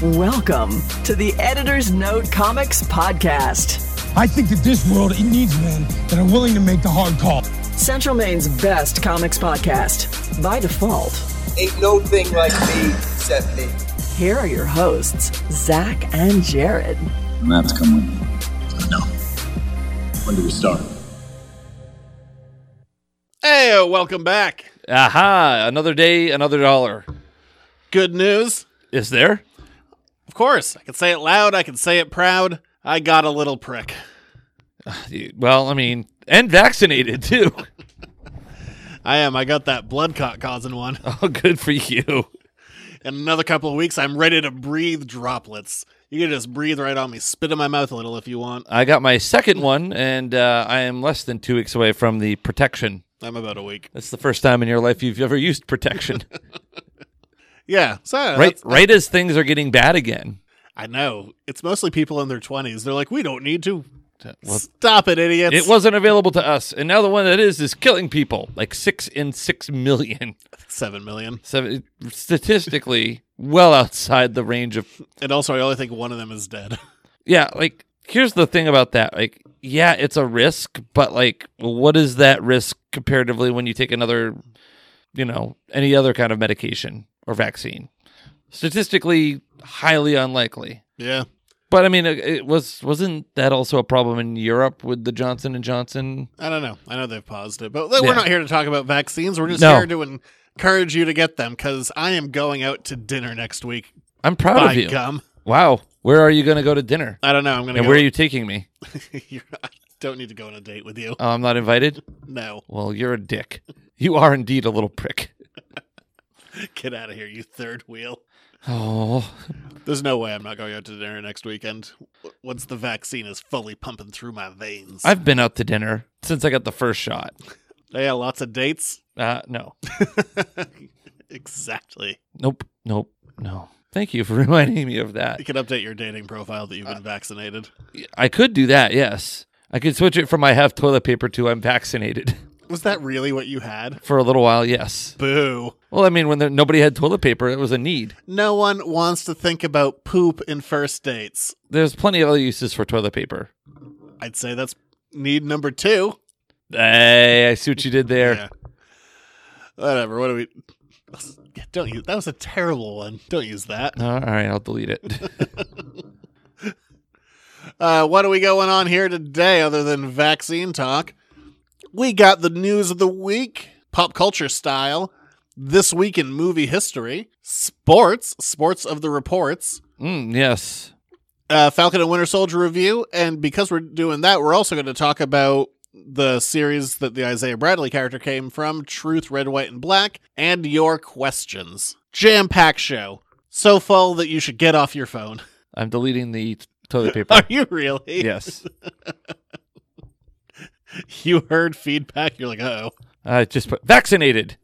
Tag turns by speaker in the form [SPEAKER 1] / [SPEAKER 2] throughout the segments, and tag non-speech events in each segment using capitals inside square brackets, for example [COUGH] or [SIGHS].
[SPEAKER 1] Welcome to the Editor's Note Comics Podcast,
[SPEAKER 2] I think that this world it needs men that are willing to make the hard call.
[SPEAKER 1] Central Maine's best comics podcast. By default,
[SPEAKER 3] ain't no thing like me except me.
[SPEAKER 1] here are your hosts, Zach and Jared.
[SPEAKER 4] Matt's coming. No. When do we start?
[SPEAKER 5] Hey, uh, welcome back.
[SPEAKER 6] Aha! Another day, another dollar.
[SPEAKER 5] Good news.
[SPEAKER 6] Is there?
[SPEAKER 5] Of course, I can say it loud, I can say it proud. I got a little prick.
[SPEAKER 6] Well, I mean, and vaccinated too.
[SPEAKER 5] I am. I got that blood clot causing one.
[SPEAKER 6] [LAUGHS] Oh, good for you.
[SPEAKER 5] In another couple of weeks, I'm ready to breathe droplets. You can just breathe right on me. Spit in my mouth a little if you want.
[SPEAKER 6] I got my second one, and uh, I am less than two weeks away from the protection.
[SPEAKER 5] I'm about a week.
[SPEAKER 6] That's the first time in your life you've ever used [LAUGHS] protection.
[SPEAKER 5] Yeah. So
[SPEAKER 6] right,
[SPEAKER 5] that's-
[SPEAKER 6] right as things are getting bad again.
[SPEAKER 5] I know. It's mostly people in their 20s. They're like, we don't need to.
[SPEAKER 6] Well,
[SPEAKER 5] Stop it, idiots.
[SPEAKER 6] it wasn't available to us, and now the one that is is killing people, like six in six [LAUGHS] million.
[SPEAKER 5] 7 million.
[SPEAKER 6] So statistically, well outside the range of
[SPEAKER 5] And also, I only think one of them is dead. [LAUGHS]
[SPEAKER 6] Yeah, like here's the thing about that. Like, yeah, it's a risk, but like, what is that risk comparatively when you take another, you know, any other kind of medication or vaccine? Statistically, highly unlikely.
[SPEAKER 5] yeah.
[SPEAKER 6] But I mean, it, it was wasn't that also a problem in Europe with the Johnson and Johnson?
[SPEAKER 5] I don't know. I know they've paused it, but we're
[SPEAKER 6] Yeah.
[SPEAKER 5] not here to talk about vaccines. We're just
[SPEAKER 6] No.
[SPEAKER 5] here to encourage you to get them because I am going out to dinner next week.
[SPEAKER 6] I'm proud
[SPEAKER 5] By
[SPEAKER 6] of you.
[SPEAKER 5] gum.
[SPEAKER 6] Wow, where are you going to go to dinner?
[SPEAKER 5] I don't know. I'm going to
[SPEAKER 6] And
[SPEAKER 5] go.
[SPEAKER 6] where are you taking me?
[SPEAKER 5] [LAUGHS] You're- I don't need to go on a date with you.
[SPEAKER 6] Oh, I'm not invited.
[SPEAKER 5] No.
[SPEAKER 6] Well, you're a dick. You are indeed a little prick.
[SPEAKER 5] Get out of here, you third wheel.
[SPEAKER 6] Oh,
[SPEAKER 5] There's no way I'm not going out to dinner next weekend w- once the vaccine is fully pumping through my veins.
[SPEAKER 6] I've been out to dinner since I got the first shot.
[SPEAKER 5] I had lots of dates.
[SPEAKER 6] Uh, no.
[SPEAKER 5] exactly.
[SPEAKER 6] Nope. Nope. No. Thank you for [LAUGHS] reminding me of
[SPEAKER 5] You
[SPEAKER 6] that.
[SPEAKER 5] can update your dating profile that you've been vaccinated.
[SPEAKER 6] I could do that, yes. I could switch it from I have toilet paper to I'm vaccinated [LAUGHS]
[SPEAKER 5] Was that really what you had?
[SPEAKER 6] for a little while, yes.
[SPEAKER 5] Boo.
[SPEAKER 6] Well, I mean, when there, nobody had toilet paper, it was a need.
[SPEAKER 5] No one wants to think about poop in first dates.
[SPEAKER 6] There's plenty of other uses for toilet paper.
[SPEAKER 5] I'd say that's need number two.
[SPEAKER 6] Hey, I see what you did there.
[SPEAKER 5] Yeah. Whatever. What do we? [LAUGHS] Don't use that was a terrible one. Don't use that.
[SPEAKER 6] Uh, All right, I'll
[SPEAKER 5] [LAUGHS]
[SPEAKER 6] delete it.
[SPEAKER 5] Uh, what are we going on here today other than vaccine talk? We got the news of the week, pop culture style, this week in movie history, sports, sports of the reports,
[SPEAKER 6] mm, yes.
[SPEAKER 5] uh, Falcon and Winter Soldier review, and because we're doing that, we're also going to talk about the series that the Isaiah Bradley character came from, Truth, Red, White, and Black, and your questions. Jam packed show. So full that you should get off your phone. [LAUGHS]
[SPEAKER 6] I'm deleting the t- toilet paper.
[SPEAKER 5] Are you really?
[SPEAKER 6] yes.
[SPEAKER 5] You heard feedback. You're like, oh,
[SPEAKER 6] I just put vaccinated.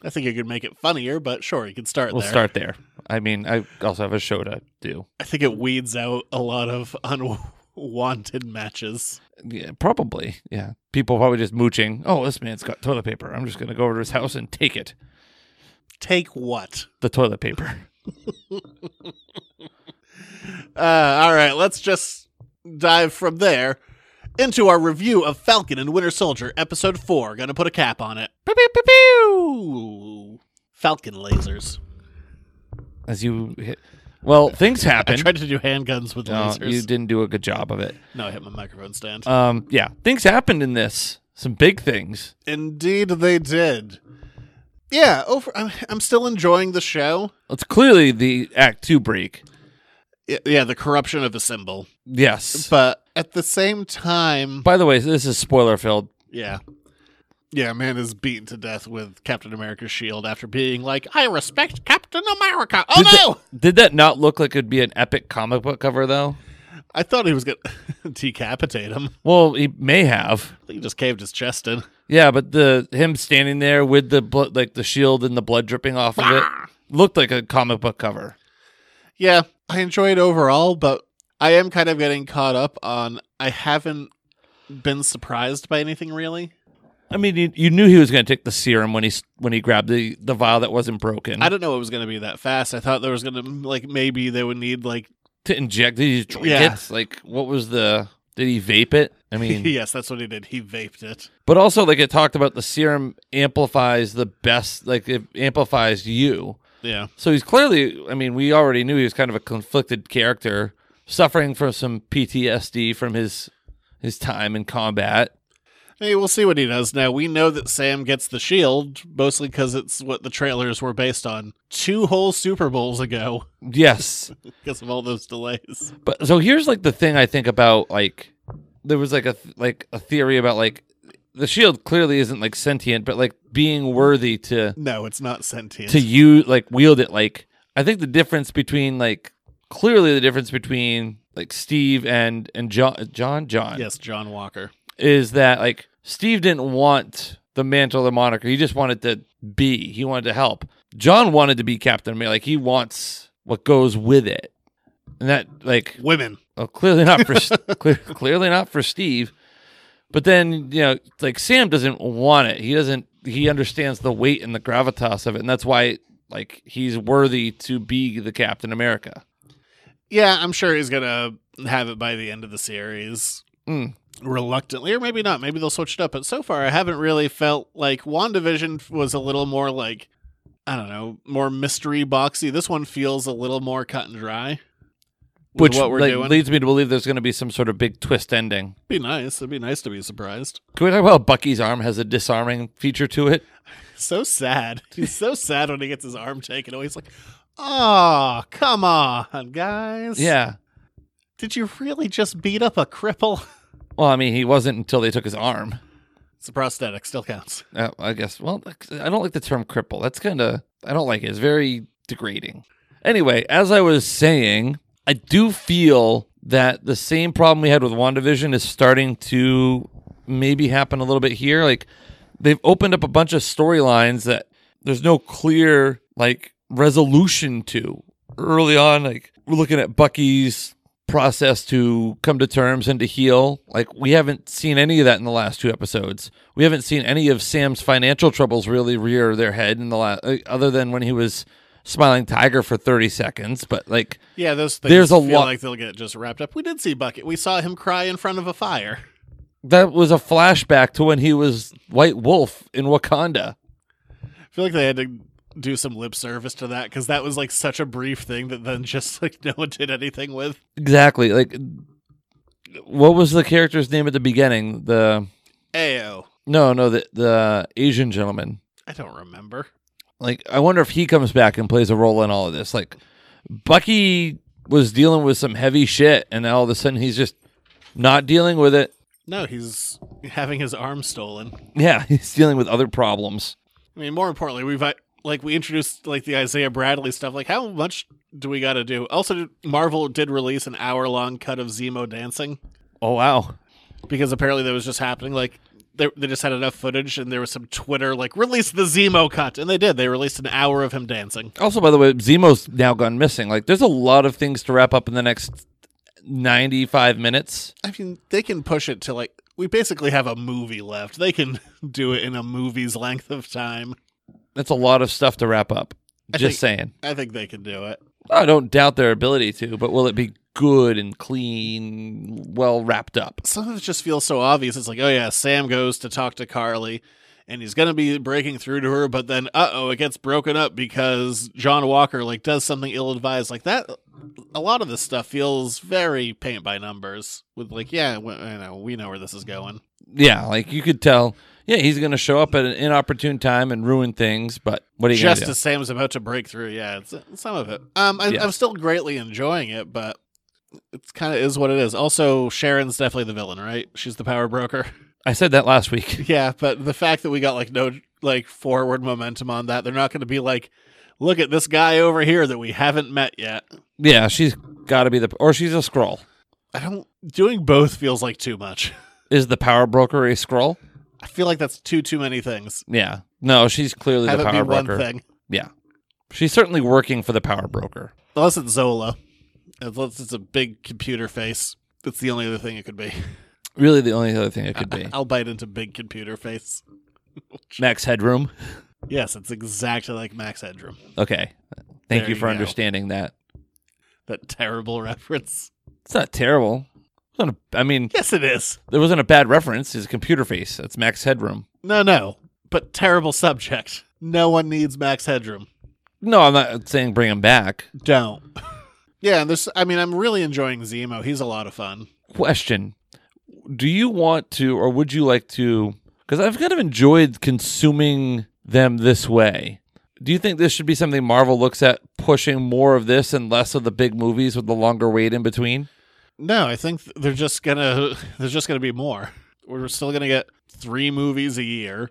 [SPEAKER 5] I think you could make it funnier, but sure, you can start
[SPEAKER 6] We'll
[SPEAKER 5] there.
[SPEAKER 6] start there. I mean, I also have a show to do.
[SPEAKER 5] I think it weeds out a lot of [LAUGHS] unwanted matches.
[SPEAKER 6] Yeah, probably. Yeah. People probably just mooching. Oh, this man's got toilet paper. I'm just going to go over to his house and take it.
[SPEAKER 5] Take what?
[SPEAKER 6] The toilet paper. [LAUGHS]
[SPEAKER 5] Uh, all right, let's just dive from there into our review of Falcon and Winter Soldier, Episode 4. Gonna put a cap on it. Pew, pew, pew, pew. Falcon lasers.
[SPEAKER 6] As you hit. Well, things
[SPEAKER 5] [LAUGHS] I
[SPEAKER 6] happen.
[SPEAKER 5] tried to do handguns with
[SPEAKER 6] No,
[SPEAKER 5] lasers.
[SPEAKER 6] you didn't do a good job of it.
[SPEAKER 5] No, I hit my microphone stand.
[SPEAKER 6] Um, yeah. Things happened in this. Some big things.
[SPEAKER 5] Indeed, they did. Yeah, over, I'm, I'm still enjoying the show.
[SPEAKER 6] It's clearly the Act 2 break.
[SPEAKER 5] Y- Yeah, the corruption of a symbol.
[SPEAKER 6] Yes.
[SPEAKER 5] But at the same time,
[SPEAKER 6] By the way, this is spoiler filled.
[SPEAKER 5] yeah. Yeah, man is beaten to death with Captain America's shield after being like, I respect Captain America. Oh no!
[SPEAKER 6] Did that not look like it'd be an epic comic book cover, though?
[SPEAKER 5] I thought he was going to [LAUGHS] decapitate him.
[SPEAKER 6] Well, he may have.
[SPEAKER 5] He just caved his chest in.
[SPEAKER 6] Yeah, but the him standing there with the blood, like the shield and the blood dripping off of it, looked like a comic book cover.
[SPEAKER 5] Yeah, I enjoy it overall, but I am kind of getting caught up on I haven't been surprised by anything really.
[SPEAKER 6] I mean, you, you knew he was going to take the serum when he s- when he grabbed the, the vial that wasn't broken
[SPEAKER 5] I didn't know it was going to be that fast. I thought there was going to like maybe they would need like
[SPEAKER 6] to inject. Did he just drink
[SPEAKER 5] Yeah.
[SPEAKER 6] it? Like, what was the? Did he vape it? I mean,
[SPEAKER 5] yes, that's what he did. He vaped it.
[SPEAKER 6] But also, like it talked about, the serum amplifies the best, like it amplifies you.
[SPEAKER 5] Yeah.
[SPEAKER 6] So he's clearly, I mean, we already knew he was kind of a conflicted character, suffering from some PTSD from his his time in combat.
[SPEAKER 5] Hey, we'll see what he does now. We know that Sam gets the shield mostly because it's what the trailers were based on two whole Super Bowls ago [LAUGHS]
[SPEAKER 6] Yes,
[SPEAKER 5] because of all those delays.
[SPEAKER 6] but so here's like the thing I think about. Like there was like a th- like a theory about like the shield clearly isn't like sentient, but like being worthy to
[SPEAKER 5] No, it's not sentient.
[SPEAKER 6] to you like wield it like i think the difference between like clearly the difference between like steve and and john john john
[SPEAKER 5] yes, John Walker.
[SPEAKER 6] is that like steve didn't want the mantle or the moniker he just wanted to be he wanted to help john wanted to be captain america like he wants what goes with it and that like
[SPEAKER 5] Women.
[SPEAKER 6] well, Oh, clearly not for [LAUGHS] clear, clearly not for Steve. But then you know, like Sam doesn't want it. He doesn't. He understands the weight and the gravitas of it, and that's why like he's worthy to be the Captain America.
[SPEAKER 5] Yeah, I'm sure he's going to have it by the end of the series.
[SPEAKER 6] Mm.
[SPEAKER 5] Reluctantly, or maybe not. Maybe they'll switch it up. But so far, I haven't really felt like WandaVision was a little more like, I don't know, more mystery boxy. This one feels a little more cut and dry. with
[SPEAKER 6] Which
[SPEAKER 5] what we're
[SPEAKER 6] like,
[SPEAKER 5] doing.
[SPEAKER 6] leads me to believe there's going to be some sort of big twist ending.
[SPEAKER 5] Be nice. It'd be nice to be surprised.
[SPEAKER 6] Can we talk about Bucky's arm has a disarming feature to it?
[SPEAKER 5] So sad. [LAUGHS] He's so sad when he gets his arm taken away. He's like, "Oh, come on, guys.
[SPEAKER 6] Yeah.
[SPEAKER 5] Did you really just beat up a cripple?" [LAUGHS]
[SPEAKER 6] Well, I mean, he wasn't until they took his arm.
[SPEAKER 5] It's a prosthetic. Still counts.
[SPEAKER 6] Uh, I guess. Well, I don't like the term cripple. That's kind of I don't like it. It's very degrading. Anyway, as I was saying, I do feel that the same problem we had with WandaVision is starting to maybe happen a little bit here. Like they've opened up a bunch of storylines that there's no clear like resolution to. Early on, like we're looking at Bucky's process to come to terms and to heal. Like we haven't seen any of that in the last two episodes. We haven't seen any of Sam's financial troubles really rear their head in the last, other than when he was smiling tiger for thirty seconds. But like,
[SPEAKER 5] Yeah, those things
[SPEAKER 6] There's a
[SPEAKER 5] feel
[SPEAKER 6] lot-
[SPEAKER 5] like they'll get just wrapped up. We did see Bucket. We saw him cry in front of a fire.
[SPEAKER 6] that was a flashback to when he was White Wolf in Wakanda.
[SPEAKER 5] I feel like they had to do some lip service to that because that was like such a brief thing that then [LAUGHS] just like no one did anything with.
[SPEAKER 6] Exactly. Like, what was the character's name at the beginning? The
[SPEAKER 5] Ayo.
[SPEAKER 6] no, no, the the Asian gentleman.
[SPEAKER 5] I don't remember.
[SPEAKER 6] Like, I wonder if he comes back and plays a role in all of this. Like, Bucky was dealing with some heavy shit, and now all of a sudden he's just not dealing with it.
[SPEAKER 5] No, he's having his arm stolen.
[SPEAKER 6] Yeah, [LAUGHS] he's dealing with other problems.
[SPEAKER 5] I mean, more importantly, we've uh, like we introduced like the Isaiah Bradley stuff. Like, how much do we got to do? Also, Marvel did release an hour long cut of Zemo dancing
[SPEAKER 6] Oh wow.
[SPEAKER 5] because apparently that was just happening. Like, they they just had enough footage, and there was some Twitter like release the Zemo cut, and they did. They released an hour of him dancing.
[SPEAKER 6] Also, by the way, Zemo's now gone missing. Like, there's a lot of things to wrap up in the next 95 minutes.
[SPEAKER 5] I mean, they can push it to like we basically have a movie left. They can [LAUGHS] do it in a movie's length of time.
[SPEAKER 6] That's a lot of stuff to wrap up.
[SPEAKER 5] I
[SPEAKER 6] Just
[SPEAKER 5] think-
[SPEAKER 6] saying.
[SPEAKER 5] I think they can do it.
[SPEAKER 6] I don't doubt their ability to, but will it be good and clean, well wrapped up?
[SPEAKER 5] some of it just feels so obvious. It's like, oh yeah, Sam goes to talk to Carly, and he's gonna be breaking through to her, but then uh oh, it gets broken up because John Walker like does something ill advised. Like that, a lot of this stuff feels very paint by numbers. With like, yeah, we, you know, we know where this is going.
[SPEAKER 6] Yeah, like you could tell. Yeah, he's going to show up at an inopportune time and ruin things, but what are you going
[SPEAKER 5] Just
[SPEAKER 6] to do?
[SPEAKER 5] as Sam's about to break through, yeah, it's, some of it. Um, I,
[SPEAKER 6] Yeah.
[SPEAKER 5] I'm still greatly enjoying it, but it's kind of is what it is. Also, Sharon's definitely the villain, right? She's the power broker.
[SPEAKER 6] I said that
[SPEAKER 5] [LAUGHS]
[SPEAKER 6] last week.
[SPEAKER 5] Yeah, but the fact that we got like no like forward momentum on that, they're not going to be like, look at this guy over here that we haven't met yet.
[SPEAKER 6] Yeah, she's got to be the, or she's a scroll.
[SPEAKER 5] I don't doing both feels like too much. [LAUGHS]
[SPEAKER 6] Is the power broker a scroll?
[SPEAKER 5] I feel like that's too too many things.
[SPEAKER 6] Yeah. No, she's clearly
[SPEAKER 5] Have
[SPEAKER 6] the
[SPEAKER 5] it be
[SPEAKER 6] power
[SPEAKER 5] one
[SPEAKER 6] broker.
[SPEAKER 5] thing,
[SPEAKER 6] Yeah. She's certainly working for the power broker.
[SPEAKER 5] unless it's Zola, unless it's a big computer face. That's the only other thing it could be.
[SPEAKER 6] Really, the only other thing it could be
[SPEAKER 5] [LAUGHS] I'll bite into big computer face.
[SPEAKER 6] max headroom.
[SPEAKER 5] Yes, it's exactly like Max Headroom.
[SPEAKER 6] Okay, thank
[SPEAKER 5] There
[SPEAKER 6] you
[SPEAKER 5] you
[SPEAKER 6] for
[SPEAKER 5] go.
[SPEAKER 6] understanding that.
[SPEAKER 5] That terrible [LAUGHS] reference.
[SPEAKER 6] It's not terrible. It's not a- I mean,
[SPEAKER 5] Yes, it is.
[SPEAKER 6] there wasn't a bad reference. It's a computer face. That's Max Headroom.
[SPEAKER 5] No, no, but terrible subject. No one needs Max Headroom.
[SPEAKER 6] No, I'm not saying bring him back.
[SPEAKER 5] Don't. [LAUGHS] yeah, and this. I mean, I'm really enjoying Zemo. He's a lot of fun.
[SPEAKER 6] Question: Do you want to, or would you like to? Because I've kind of enjoyed consuming them this way. Do you think this should be something Marvel looks at pushing more of this and less of the big movies with the longer wait in between?
[SPEAKER 5] No, I think th- they're just gonna. [LAUGHS] There's just gonna be more. We're still gonna get three movies a year,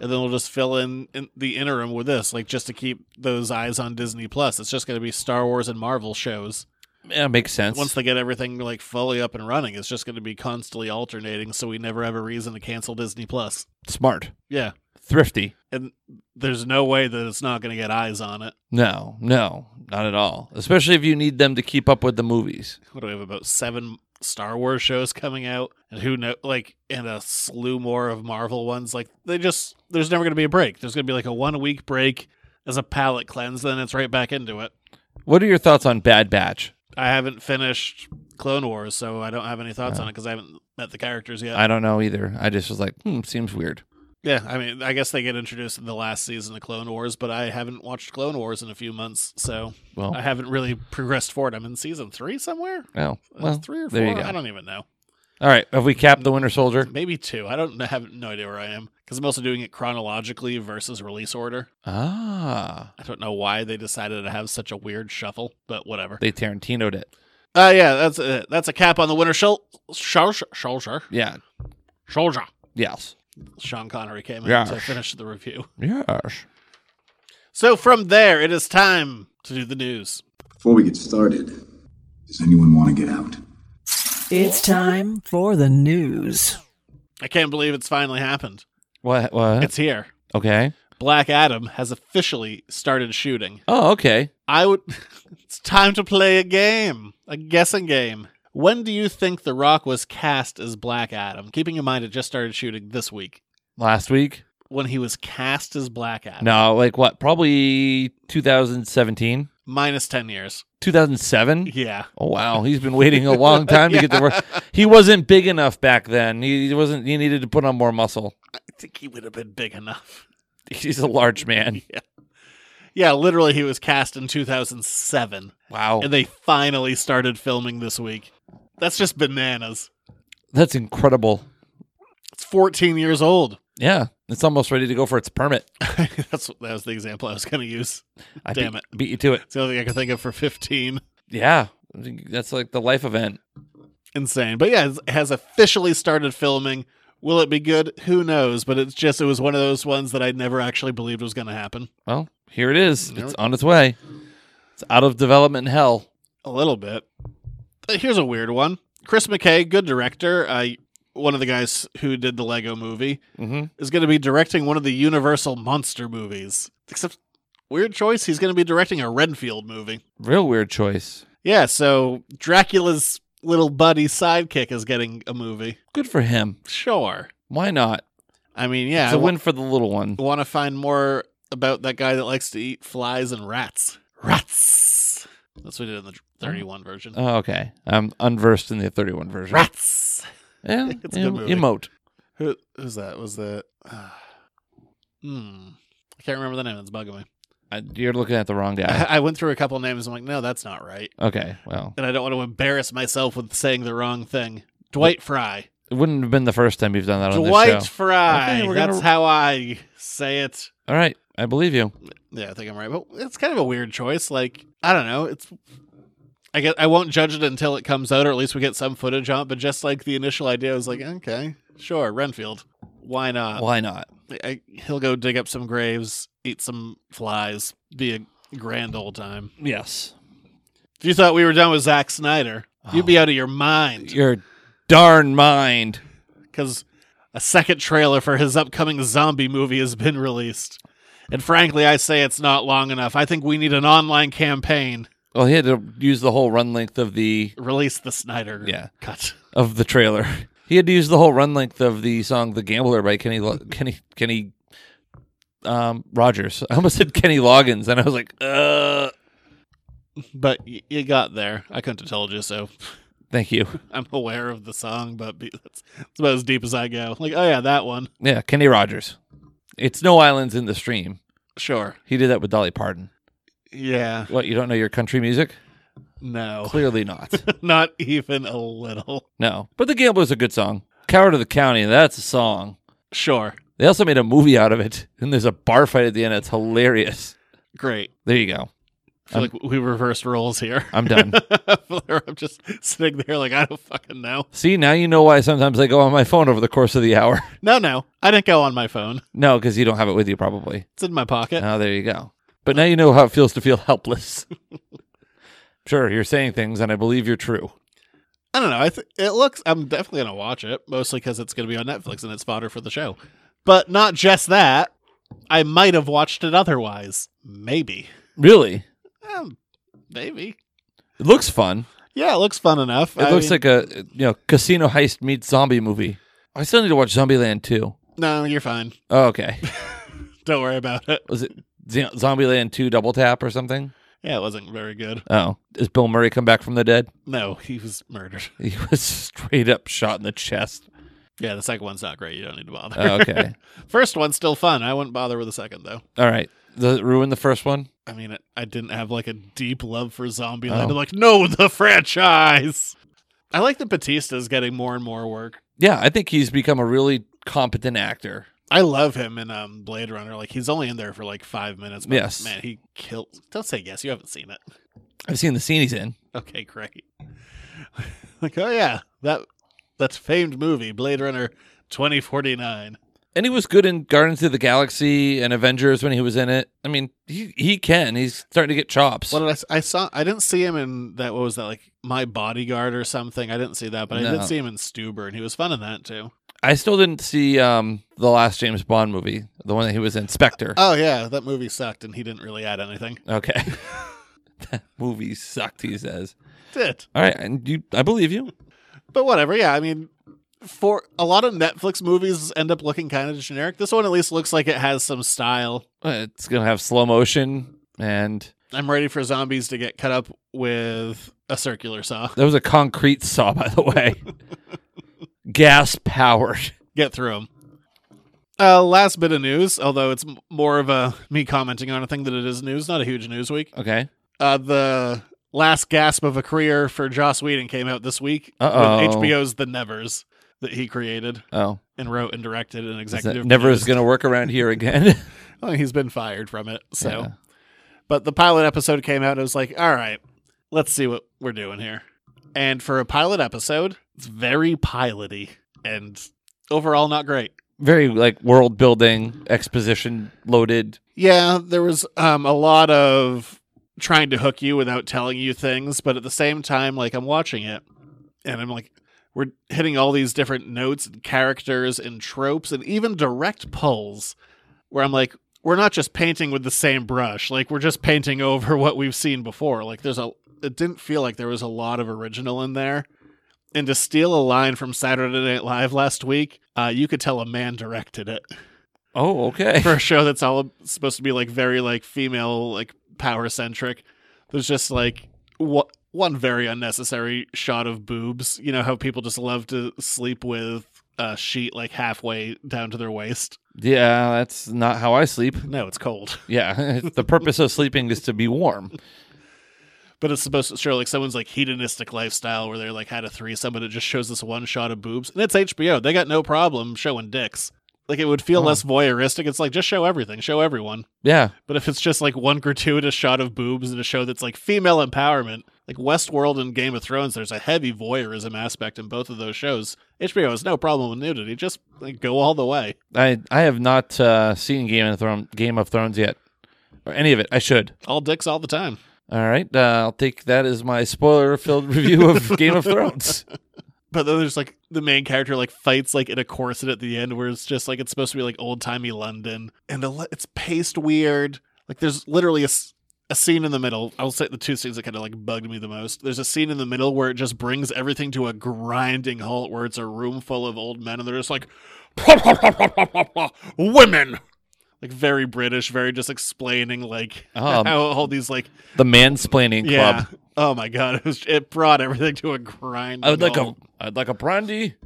[SPEAKER 5] and then we'll just fill in, in the interim with this, like just to keep those eyes on Disney Plus. It's just gonna be Star Wars and Marvel shows.
[SPEAKER 6] Yeah, makes sense.
[SPEAKER 5] Once they get everything like fully up and running, it's just gonna be constantly alternating, so we never have a reason to cancel Disney Plus.
[SPEAKER 6] Smart,
[SPEAKER 5] Yeah,
[SPEAKER 6] thrifty.
[SPEAKER 5] and there's no way that it's not gonna get eyes on it.
[SPEAKER 6] No, no, not at all. Especially if you need them to keep up with the movies.
[SPEAKER 5] what do we have about seven Star Wars shows coming out, and who know like and a slew more of Marvel ones. Like they just there's never gonna be a break. There's gonna be like a one week break as a palate cleanse, then it's right back into it.
[SPEAKER 6] What are your thoughts on Bad Batch?
[SPEAKER 5] I haven't finished Clone Wars, so I don't have any thoughts on it because I haven't met the characters yet.
[SPEAKER 6] I don't know either. I just was like, hmm, seems weird.
[SPEAKER 5] yeah, I mean, I guess they get introduced in the last season of Clone Wars, but I haven't watched Clone Wars in a few months, so
[SPEAKER 6] Well,
[SPEAKER 5] I haven't really progressed forward. I'm in season three somewhere. Uh,
[SPEAKER 6] oh, well,
[SPEAKER 5] three or four.
[SPEAKER 6] there you go.
[SPEAKER 5] I don't even know.
[SPEAKER 6] All right, have we capped the Winter Soldier?
[SPEAKER 5] Maybe two. I don't I have no idea where I am because I'm also doing it chronologically versus release order.
[SPEAKER 6] Ah,
[SPEAKER 5] I don't know why they decided to have such a weird shuffle, but whatever.
[SPEAKER 6] they Tarantino'd it.
[SPEAKER 5] Uh, yeah, that's a, that's a cap on the winner. Shul- Shul- Shulger.
[SPEAKER 6] Yeah.
[SPEAKER 5] Shulger.
[SPEAKER 6] Yes.
[SPEAKER 5] Sean Connery came in
[SPEAKER 6] Yes.
[SPEAKER 5] to finish the review.
[SPEAKER 6] Yes.
[SPEAKER 5] So from there, it is time to do the news.
[SPEAKER 4] Before we get started, does anyone want to get out?
[SPEAKER 1] It's time for the news.
[SPEAKER 5] I can't believe it's finally happened.
[SPEAKER 6] What? What?
[SPEAKER 5] It's here.
[SPEAKER 6] okay.
[SPEAKER 5] Black Adam has officially started shooting.
[SPEAKER 6] Oh, okay.
[SPEAKER 5] I would. [LAUGHS] it's time to play a game, a guessing game. When do you think The Rock was cast as Black Adam? Keeping in mind it just started shooting this week.
[SPEAKER 6] Last week?
[SPEAKER 5] When he was cast as Black Adam,
[SPEAKER 6] No, like what? Probably 2017,
[SPEAKER 5] minus ten years.
[SPEAKER 6] 2007.
[SPEAKER 5] Yeah,
[SPEAKER 6] Oh wow, he's been waiting
[SPEAKER 5] [LAUGHS]
[SPEAKER 6] a long time to get the work. He wasn't big enough back then. He wasn't. He needed to put on more muscle.
[SPEAKER 5] I think he would have been big enough.
[SPEAKER 6] He's a large man.
[SPEAKER 5] Yeah, literally, he was cast in 2007,
[SPEAKER 6] Wow,
[SPEAKER 5] and they finally started filming this week. That's just bananas.
[SPEAKER 6] that's incredible.
[SPEAKER 5] It's 14 years old. [LAUGHS]
[SPEAKER 6] Yeah, it's almost ready to go for its permit.
[SPEAKER 5] That's that was the example I was going to use.
[SPEAKER 6] I
[SPEAKER 5] Damn
[SPEAKER 6] beat,
[SPEAKER 5] it.
[SPEAKER 6] beat you to it.
[SPEAKER 5] It's the only thing I can think of for 15.
[SPEAKER 6] Yeah, I think that's like the life event.
[SPEAKER 5] insane. But yeah, it has officially started filming. Will it be good? Who knows? But it's just it was one of those ones that I never actually believed was going to happen.
[SPEAKER 6] Well, here it is.
[SPEAKER 5] There
[SPEAKER 6] It's
[SPEAKER 5] we-
[SPEAKER 6] on its way. It's out of development hell.
[SPEAKER 5] A little bit. Uh, Here's a weird one. Chris McKay, good director. Uh, one of the guys who did the Lego movie
[SPEAKER 6] Mm-hmm.
[SPEAKER 5] is going to be directing one of the Universal monster movies. Except weird choice. He's going to be directing a Renfield movie.
[SPEAKER 6] Real weird choice.
[SPEAKER 5] Yeah. So Dracula's little buddy sidekick is getting a movie.
[SPEAKER 6] Good for him.
[SPEAKER 5] Sure.
[SPEAKER 6] Why not?
[SPEAKER 5] I mean, yeah.
[SPEAKER 6] it's a
[SPEAKER 5] I wa-
[SPEAKER 6] win for the little one.
[SPEAKER 5] want to find more about that guy that likes to eat flies and rats. Rats. That's what we did in the 31 version.
[SPEAKER 6] Oh, okay. I'm unversed in the 31 version.
[SPEAKER 5] Rats.
[SPEAKER 6] Yeah,
[SPEAKER 5] [LAUGHS] It's a
[SPEAKER 6] yeah,
[SPEAKER 5] good movie.
[SPEAKER 6] Emote.
[SPEAKER 5] Who, who's that? Was that? ah. hmm. I can't remember the name. It's bugging me.
[SPEAKER 6] I, you're looking at the wrong guy.
[SPEAKER 5] [LAUGHS] I, I went through a couple names. I'm like, no, that's not right.
[SPEAKER 6] Okay. Well,
[SPEAKER 5] And I don't want to embarrass myself with saying the wrong thing. Dwight Fry.
[SPEAKER 6] it wouldn't have been the first time you've done that on
[SPEAKER 5] Dwight
[SPEAKER 6] this show.
[SPEAKER 5] Fry.
[SPEAKER 6] Okay, we're gonna-
[SPEAKER 5] that's how I say it.
[SPEAKER 6] All right. I believe you.
[SPEAKER 5] Yeah, I think I'm right. But it's kind of a weird choice. Like, I don't know. It's I get I won't judge it until it comes out, or at least we get some footage on it. But just like the initial idea was like, okay, sure, Renfield. Why not?
[SPEAKER 6] Why not?
[SPEAKER 5] I, he'll go dig up some graves, eat some flies, be a grand old time.
[SPEAKER 6] Yes.
[SPEAKER 5] If you thought we were done with Zack Snyder, you'd be out of your mind.
[SPEAKER 6] Your darn mind.
[SPEAKER 5] Because a second trailer for his upcoming zombie movie has been released. And frankly, I say it's not long enough. I think we need an online campaign.
[SPEAKER 6] Well, he had to use the whole run length of the
[SPEAKER 5] release the Snyder
[SPEAKER 6] Yeah.
[SPEAKER 5] cut. [LAUGHS]
[SPEAKER 6] of the trailer. [LAUGHS] He had to use the whole run length of the song "The Gambler" by Kenny Lo- Kenny Kenny um, Rogers. [LAUGHS] I almost said Kenny Loggins, and I was like, "Uh,
[SPEAKER 5] But y- you got there. I couldn't have told you, so [LAUGHS]
[SPEAKER 6] thank you."
[SPEAKER 5] I'm aware of the song, but be- that's, that's about as deep as I go. Like, oh yeah, that one.
[SPEAKER 6] Yeah, Kenny Rogers. It's no islands in the stream.
[SPEAKER 5] Sure.
[SPEAKER 6] He did that with Dolly Parton.
[SPEAKER 5] Yeah.
[SPEAKER 6] What you don't know your country music?
[SPEAKER 5] No. [LAUGHS]
[SPEAKER 6] Clearly not. [LAUGHS]
[SPEAKER 5] Not even a little.
[SPEAKER 6] No, but "The Gambler's" a good song. "Coward of the County" that's a song.
[SPEAKER 5] Sure.
[SPEAKER 6] They also made a movie out of it, [LAUGHS] and there's a bar fight at the end. It's hilarious.
[SPEAKER 5] Great.
[SPEAKER 6] There you go.
[SPEAKER 5] I feel like we reversed roles here.
[SPEAKER 6] I'm done.
[SPEAKER 5] I feel like [LAUGHS] I'm just sitting there like I don't fucking know.
[SPEAKER 6] See, now you know why sometimes I go on my phone over the course of the hour.
[SPEAKER 5] No, no, I didn't go on my phone.
[SPEAKER 6] No, because you don't have it with you, probably.
[SPEAKER 5] It's in my pocket.
[SPEAKER 6] Oh, there you go. But now you know how it feels to feel helpless. sure, you're saying things, and I believe you're true.
[SPEAKER 5] I don't know. I th- it looks. I'm definitely gonna watch it, mostly because it's gonna be on Netflix and it's fodder for the show. But not just that. I might have watched it otherwise. Maybe.
[SPEAKER 6] Really?
[SPEAKER 5] Um, maybe.
[SPEAKER 6] It looks fun.
[SPEAKER 5] Yeah, it looks fun enough.
[SPEAKER 6] It looks like a you know casino heist meets zombie movie. I still need to watch Zombieland 2.
[SPEAKER 5] no. You're fine.
[SPEAKER 6] Oh, okay.
[SPEAKER 5] Don't worry about it.
[SPEAKER 6] Was it Z- Zombieland 2 Double Tap or something?
[SPEAKER 5] Yeah, it wasn't very good.
[SPEAKER 6] Oh. Does Bill Murray come back from the dead? [LAUGHS]
[SPEAKER 5] No, he was murdered.
[SPEAKER 6] He was straight up shot in the chest.
[SPEAKER 5] Yeah, the second one's not great. You don't need to bother.
[SPEAKER 6] Oh, okay.
[SPEAKER 5] [LAUGHS] First one's still fun. I wouldn't bother with the second though.
[SPEAKER 6] All right. Does it ruin the first one?
[SPEAKER 5] I mean, it, I didn't have like a deep love for Zombieland.
[SPEAKER 6] Oh.
[SPEAKER 5] I'm like, no, the [LAUGHS] franchise. I like that Batista's getting more and more work.
[SPEAKER 6] Yeah, I think he's become a really competent actor.
[SPEAKER 5] I love him in um, Blade Runner. Like he's only in there for like five minutes. But
[SPEAKER 6] Yes.
[SPEAKER 5] man, he kills. Don't say yes. You haven't seen it. [LAUGHS]
[SPEAKER 6] I've seen the scene he's in.
[SPEAKER 5] Okay, great. [LAUGHS] like, oh yeah, that that's famed movie, Blade Runner 2049.
[SPEAKER 6] And he was good in Guardians of the Galaxy and Avengers when he was in it. I mean, he, he can. He's starting to get chops.
[SPEAKER 5] What did I, s- I saw? I didn't see him in that. What was that? Like my bodyguard or something. I didn't see that, but I
[SPEAKER 6] No.
[SPEAKER 5] did see him in Stuber, and he was fun in that too.
[SPEAKER 6] I still didn't see um, the last James Bond movie, the one that he was in, Spectre.
[SPEAKER 5] Oh yeah, that movie sucked, and he didn't really add anything.
[SPEAKER 6] okay. [LAUGHS] that movie sucked, he says.
[SPEAKER 5] Did,
[SPEAKER 6] All right. And you, I believe you.
[SPEAKER 5] but whatever. Yeah, I mean, for a lot of Netflix movies, end up looking kind of generic. This one at least looks like it has some style.
[SPEAKER 6] Uh, It's going to have slow motion. And
[SPEAKER 5] I'm ready for zombies to get cut up with a circular saw.
[SPEAKER 6] there was a concrete saw, by
[SPEAKER 5] [LAUGHS]
[SPEAKER 6] the way. Gas powered.
[SPEAKER 5] Get through them. Uh, last bit of news, although it's m- more of a me commenting on a thing that it is news, not a huge news week.
[SPEAKER 6] Okay.
[SPEAKER 5] uh, the last gasp of a career for Joss Whedon came out this week
[SPEAKER 6] Uh-oh.
[SPEAKER 5] with HBO's The Nevers that he created
[SPEAKER 6] Oh.
[SPEAKER 5] and wrote and directed and
[SPEAKER 6] Is that
[SPEAKER 5] executive.
[SPEAKER 6] never is
[SPEAKER 5] produced.
[SPEAKER 6] going to work around here again. [LAUGHS]
[SPEAKER 5] Oh, he's been fired from it. So,
[SPEAKER 6] Yeah.
[SPEAKER 5] but the pilot episode came out. And it was like, all right, let's see what we're doing here. And for a pilot episode, it's very piloty and overall not great.
[SPEAKER 6] Very like world building, exposition loaded.
[SPEAKER 5] Yeah, there was um, a lot of trying to hook you without telling you things, but at the same time, like I'm watching it and I'm like, we're hitting all these different notes and characters and tropes and even direct pulls where I'm like, we're not just painting with the same brush. Like we're just painting [LAUGHS] over what we've seen before. Like there's a, it didn't feel like there was a lot of original in there. And to steal a line from Saturday Night Live last week, uh, you could tell a man directed it
[SPEAKER 6] Oh, okay.
[SPEAKER 5] for a show that's all supposed to be like very like female like power centric there's just like wha- one very unnecessary shot of boobs you know how people just love to sleep with a sheet like halfway down to their waist
[SPEAKER 6] [LAUGHS] Yeah, that's not how I sleep.
[SPEAKER 5] no it's cold [LAUGHS]
[SPEAKER 6] Yeah, [LAUGHS] the purpose of sleeping is to be warm.
[SPEAKER 5] but it's supposed to show like someone's like hedonistic lifestyle where they're like had a threesome and it just shows this one shot of boobs and it's hbo they got no problem showing dicks like it would feel
[SPEAKER 6] Oh.
[SPEAKER 5] less voyeuristic it's like just show everything show everyone
[SPEAKER 6] Yeah,
[SPEAKER 5] But if it's just like one gratuitous shot of boobs in a show that's like female empowerment, like Westworld and Game of Thrones, there's a heavy voyeurism aspect in both of those shows. HBO has no problem with nudity; just like, go all the way.
[SPEAKER 6] I I have not uh, seen Game of Thrones Game of Thrones yet, or any of it. I should.
[SPEAKER 5] All dicks all the time.
[SPEAKER 6] All right, uh, I'll take that as my spoiler-filled [LAUGHS] review of Game of Thrones.
[SPEAKER 5] But then there's like the main character like fights like in a corset at the end, where it's just like it's supposed to be like old timey London, and the, li- it's paced weird. Like there's literally a, s- a scene in the middle. I'll say the two scenes that kind of like bugged me the most. There's a scene in the middle where it just brings everything to a grinding halt, where it's a room full of old men and they're just like, [LAUGHS] women, like very British, very just explaining like
[SPEAKER 6] Um,
[SPEAKER 5] how all these like
[SPEAKER 6] The mansplaining
[SPEAKER 5] yeah.
[SPEAKER 6] club.
[SPEAKER 5] Oh my god, it, was, it brought everything to a grind.
[SPEAKER 6] I would like a I'd like a brandy.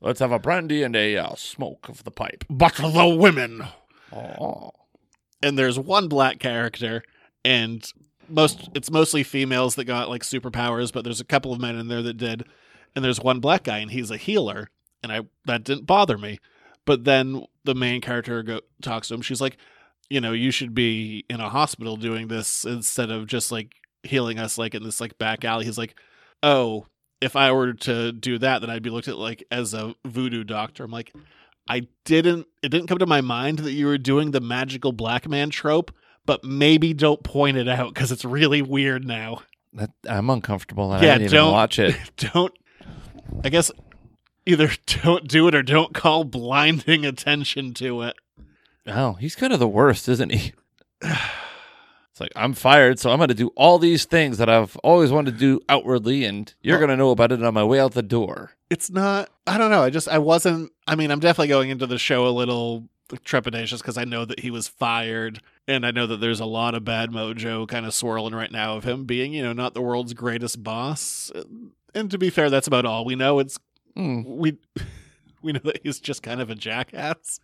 [SPEAKER 6] Let's have a brandy and a uh, smoke of the pipe.
[SPEAKER 5] but the women.
[SPEAKER 6] Oh.
[SPEAKER 5] and there's one black character and most it's mostly females that got like superpowers but there's a couple of men in there that did and there's one black guy and he's a healer and i that didn't bother me but then the main character go, talks to him she's like you know you should be in a hospital doing this instead of just like healing us like in this like back alley he's like oh if i were to do that then i'd be looked at like as a voodoo doctor i'm like I didn't it didn't come to my mind that you were doing the magical black man trope, but maybe don't point it out cuz it's really weird now. [LAUGHS]
[SPEAKER 6] That, I'm uncomfortable. And
[SPEAKER 5] Yeah,
[SPEAKER 6] I didn't
[SPEAKER 5] don't-
[SPEAKER 6] even watch it.
[SPEAKER 5] Don't I guess either [LAUGHS] don't do it or don't call blinding attention to it.
[SPEAKER 6] Oh, he's kind of the worst, isn't he? It's like I'm fired, so I'm going to do all these things that I've always wanted to do outwardly, and you're going to know about it on my way out the door.
[SPEAKER 5] It's not I don't know, I just I wasn't I mean, I'm definitely going into the show a little trepidatious cuz I know that he was fired and I know that there's a lot of bad mojo kind of swirling right now of him being, you know, not the world's greatest boss. And to be fair, that's about all we know. It's
[SPEAKER 6] Hmm.
[SPEAKER 5] we [LAUGHS] we know that he's just kind of a jackass.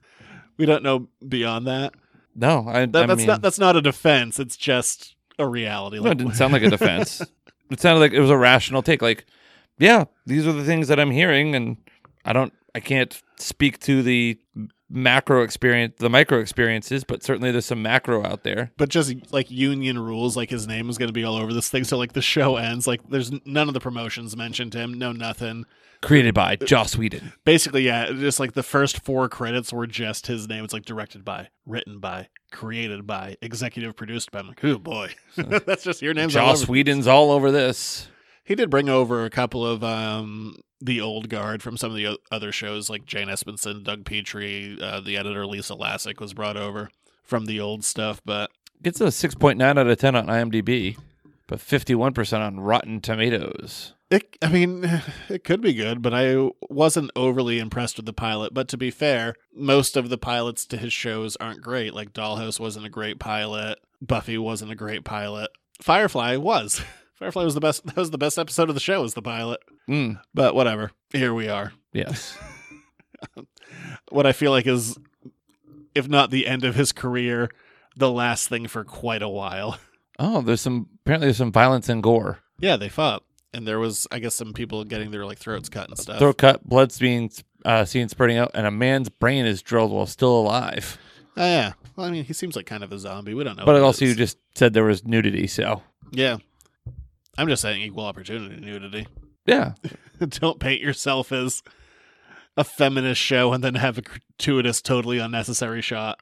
[SPEAKER 5] We don't know beyond that.
[SPEAKER 6] No, I,
[SPEAKER 5] that
[SPEAKER 6] I
[SPEAKER 5] that's
[SPEAKER 6] mean,
[SPEAKER 5] not that's not a defense. It's just a reality.
[SPEAKER 6] no, it didn't sound like
[SPEAKER 5] [LAUGHS]
[SPEAKER 6] a defense. it sounded like it was a rational take. Like, yeah, these are the things that I'm hearing, and I don't, I can't speak to the macro experience, the micro experiences, but certainly there's some macro out there.
[SPEAKER 5] but just like union rules, like his name is going to be all over this thing. So like the show ends, like there's n- none of the promotions mentioned him. No nothing.
[SPEAKER 6] Created by Joss Whedon.
[SPEAKER 5] Basically, yeah, just like the first four credits were just his name. It's like directed by, written by, created by, executive produced by. I'm like, oh boy, [LAUGHS] that's just your name's all
[SPEAKER 6] Joss
[SPEAKER 5] over-
[SPEAKER 6] Whedon's all over this.
[SPEAKER 5] He did bring over a couple of um, the old guard from some of the o- other shows, like Jane Espenson, Doug Petrie, uh, the editor Lisa Lassick was brought over from the old stuff. But
[SPEAKER 6] It's a 6.9 out of 10 on IMDb, but 51% on Rotten Tomatoes.
[SPEAKER 5] it, I mean, [SIGHS] it could be good, but I wasn't overly impressed with the pilot. But to be fair, most of the pilots to his shows aren't great. Like Dollhouse wasn't a great pilot, Buffy wasn't a great pilot, Firefly was. [LAUGHS] Firefly was the best. That was the best episode of the show. Was the pilot,
[SPEAKER 6] Mm,
[SPEAKER 5] but whatever. Here we are. [LAUGHS]
[SPEAKER 6] yes.
[SPEAKER 5] what I feel like is, if not the end of his career, the last thing for quite a while. [LAUGHS]
[SPEAKER 6] Oh, there's some, apparently, there's some violence and gore.
[SPEAKER 5] Yeah, they fought, and there was, I guess, some people getting their like throats cut and stuff.
[SPEAKER 6] Throat cut, blood being uh, seen spreading out, and a man's brain is drilled while still alive.
[SPEAKER 5] Oh, yeah, well, I mean, he seems like kind of a zombie. We don't know.
[SPEAKER 6] But
[SPEAKER 5] what
[SPEAKER 6] it
[SPEAKER 5] it
[SPEAKER 6] also,
[SPEAKER 5] Oh, is.
[SPEAKER 6] you just said there was nudity, so
[SPEAKER 5] yeah. I'm just saying equal opportunity nudity. [LAUGHS]
[SPEAKER 6] yeah.
[SPEAKER 5] don't paint yourself as a feminist show and then have a gratuitous, totally unnecessary shot.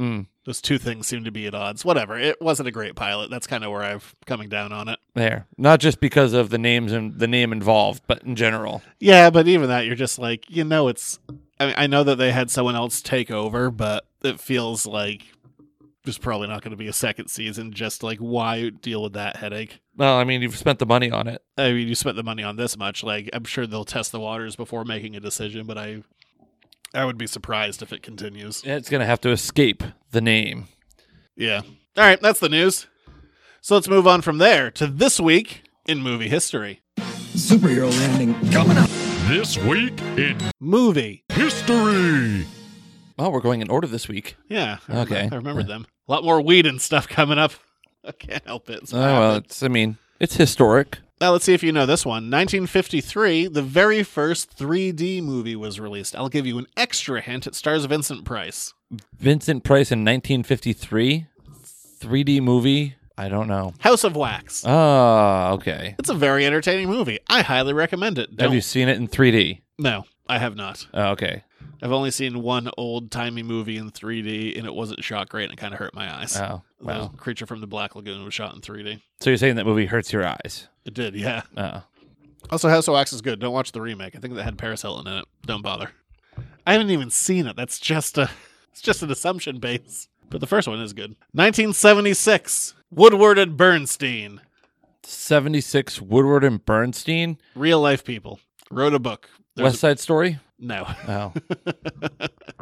[SPEAKER 6] Mm,
[SPEAKER 5] Those two things seem to be at odds. Whatever. It wasn't a great pilot. That's kind of where I'm coming down on it.
[SPEAKER 6] there. Not just because of the names and the name involved, but in general.
[SPEAKER 5] Yeah, but even that, you're just like, you know, it's. I mean, I know that they had someone else take over, but it feels like there's probably not going to be a second season. Just like, why deal with that headache?
[SPEAKER 6] Well, I mean, you've spent the money on it.
[SPEAKER 5] I mean, you spent the money on this much. Like, I'm sure they'll test the waters before making a decision, but I, I would be surprised if it continues.
[SPEAKER 6] It's going to have to escape the name.
[SPEAKER 5] Yeah. All right, that's the news. So let's move on from there to this week in movie history.
[SPEAKER 4] Superhero landing coming up.
[SPEAKER 7] This week in
[SPEAKER 5] Movie.
[SPEAKER 7] history.
[SPEAKER 6] Oh, we're going in order this week.
[SPEAKER 5] Yeah. I remember-
[SPEAKER 6] Okay.
[SPEAKER 5] I remembered them. A lot more weed and stuff coming up. [LAUGHS] I can't help it. It's
[SPEAKER 6] Oh,
[SPEAKER 5] what happened.
[SPEAKER 6] well, it's, I mean, it's historic.
[SPEAKER 5] Now let's see if you know this one. 1953, the very first 3D movie was released. I'll give you an extra hint. It stars Vincent Price.
[SPEAKER 6] Vincent Price in 1953, 3D movie. I don't know.
[SPEAKER 5] House of Wax.
[SPEAKER 6] Ah, okay.
[SPEAKER 5] It's a very entertaining movie. I highly recommend it.
[SPEAKER 6] Have
[SPEAKER 5] Don't-
[SPEAKER 6] you seen it in 3D?
[SPEAKER 5] No, I have not.
[SPEAKER 6] Oh, okay.
[SPEAKER 5] I've only seen one old timey movie in 3D, and it wasn't shot great, and it kind of hurt my eyes.
[SPEAKER 6] Oh,
[SPEAKER 5] The
[SPEAKER 6] wow.
[SPEAKER 5] Creature from the Black Lagoon was shot in 3D.
[SPEAKER 6] So you're saying that movie hurts your eyes?
[SPEAKER 5] It did, yeah.
[SPEAKER 6] Oh.
[SPEAKER 5] Also, House of Wax is good. Don't watch the remake. I think that had Paris Hilton in it. Don't bother. I haven't even seen it. [LAUGHS] That's just a it's just an assumption base. But the first one is good. 1976. Woodward and Bernstein,
[SPEAKER 6] 76 Woodward and Bernstein,
[SPEAKER 5] real life people, wrote a book. There's
[SPEAKER 6] West Side Story.
[SPEAKER 5] a- no, [LAUGHS]
[SPEAKER 6] Oh.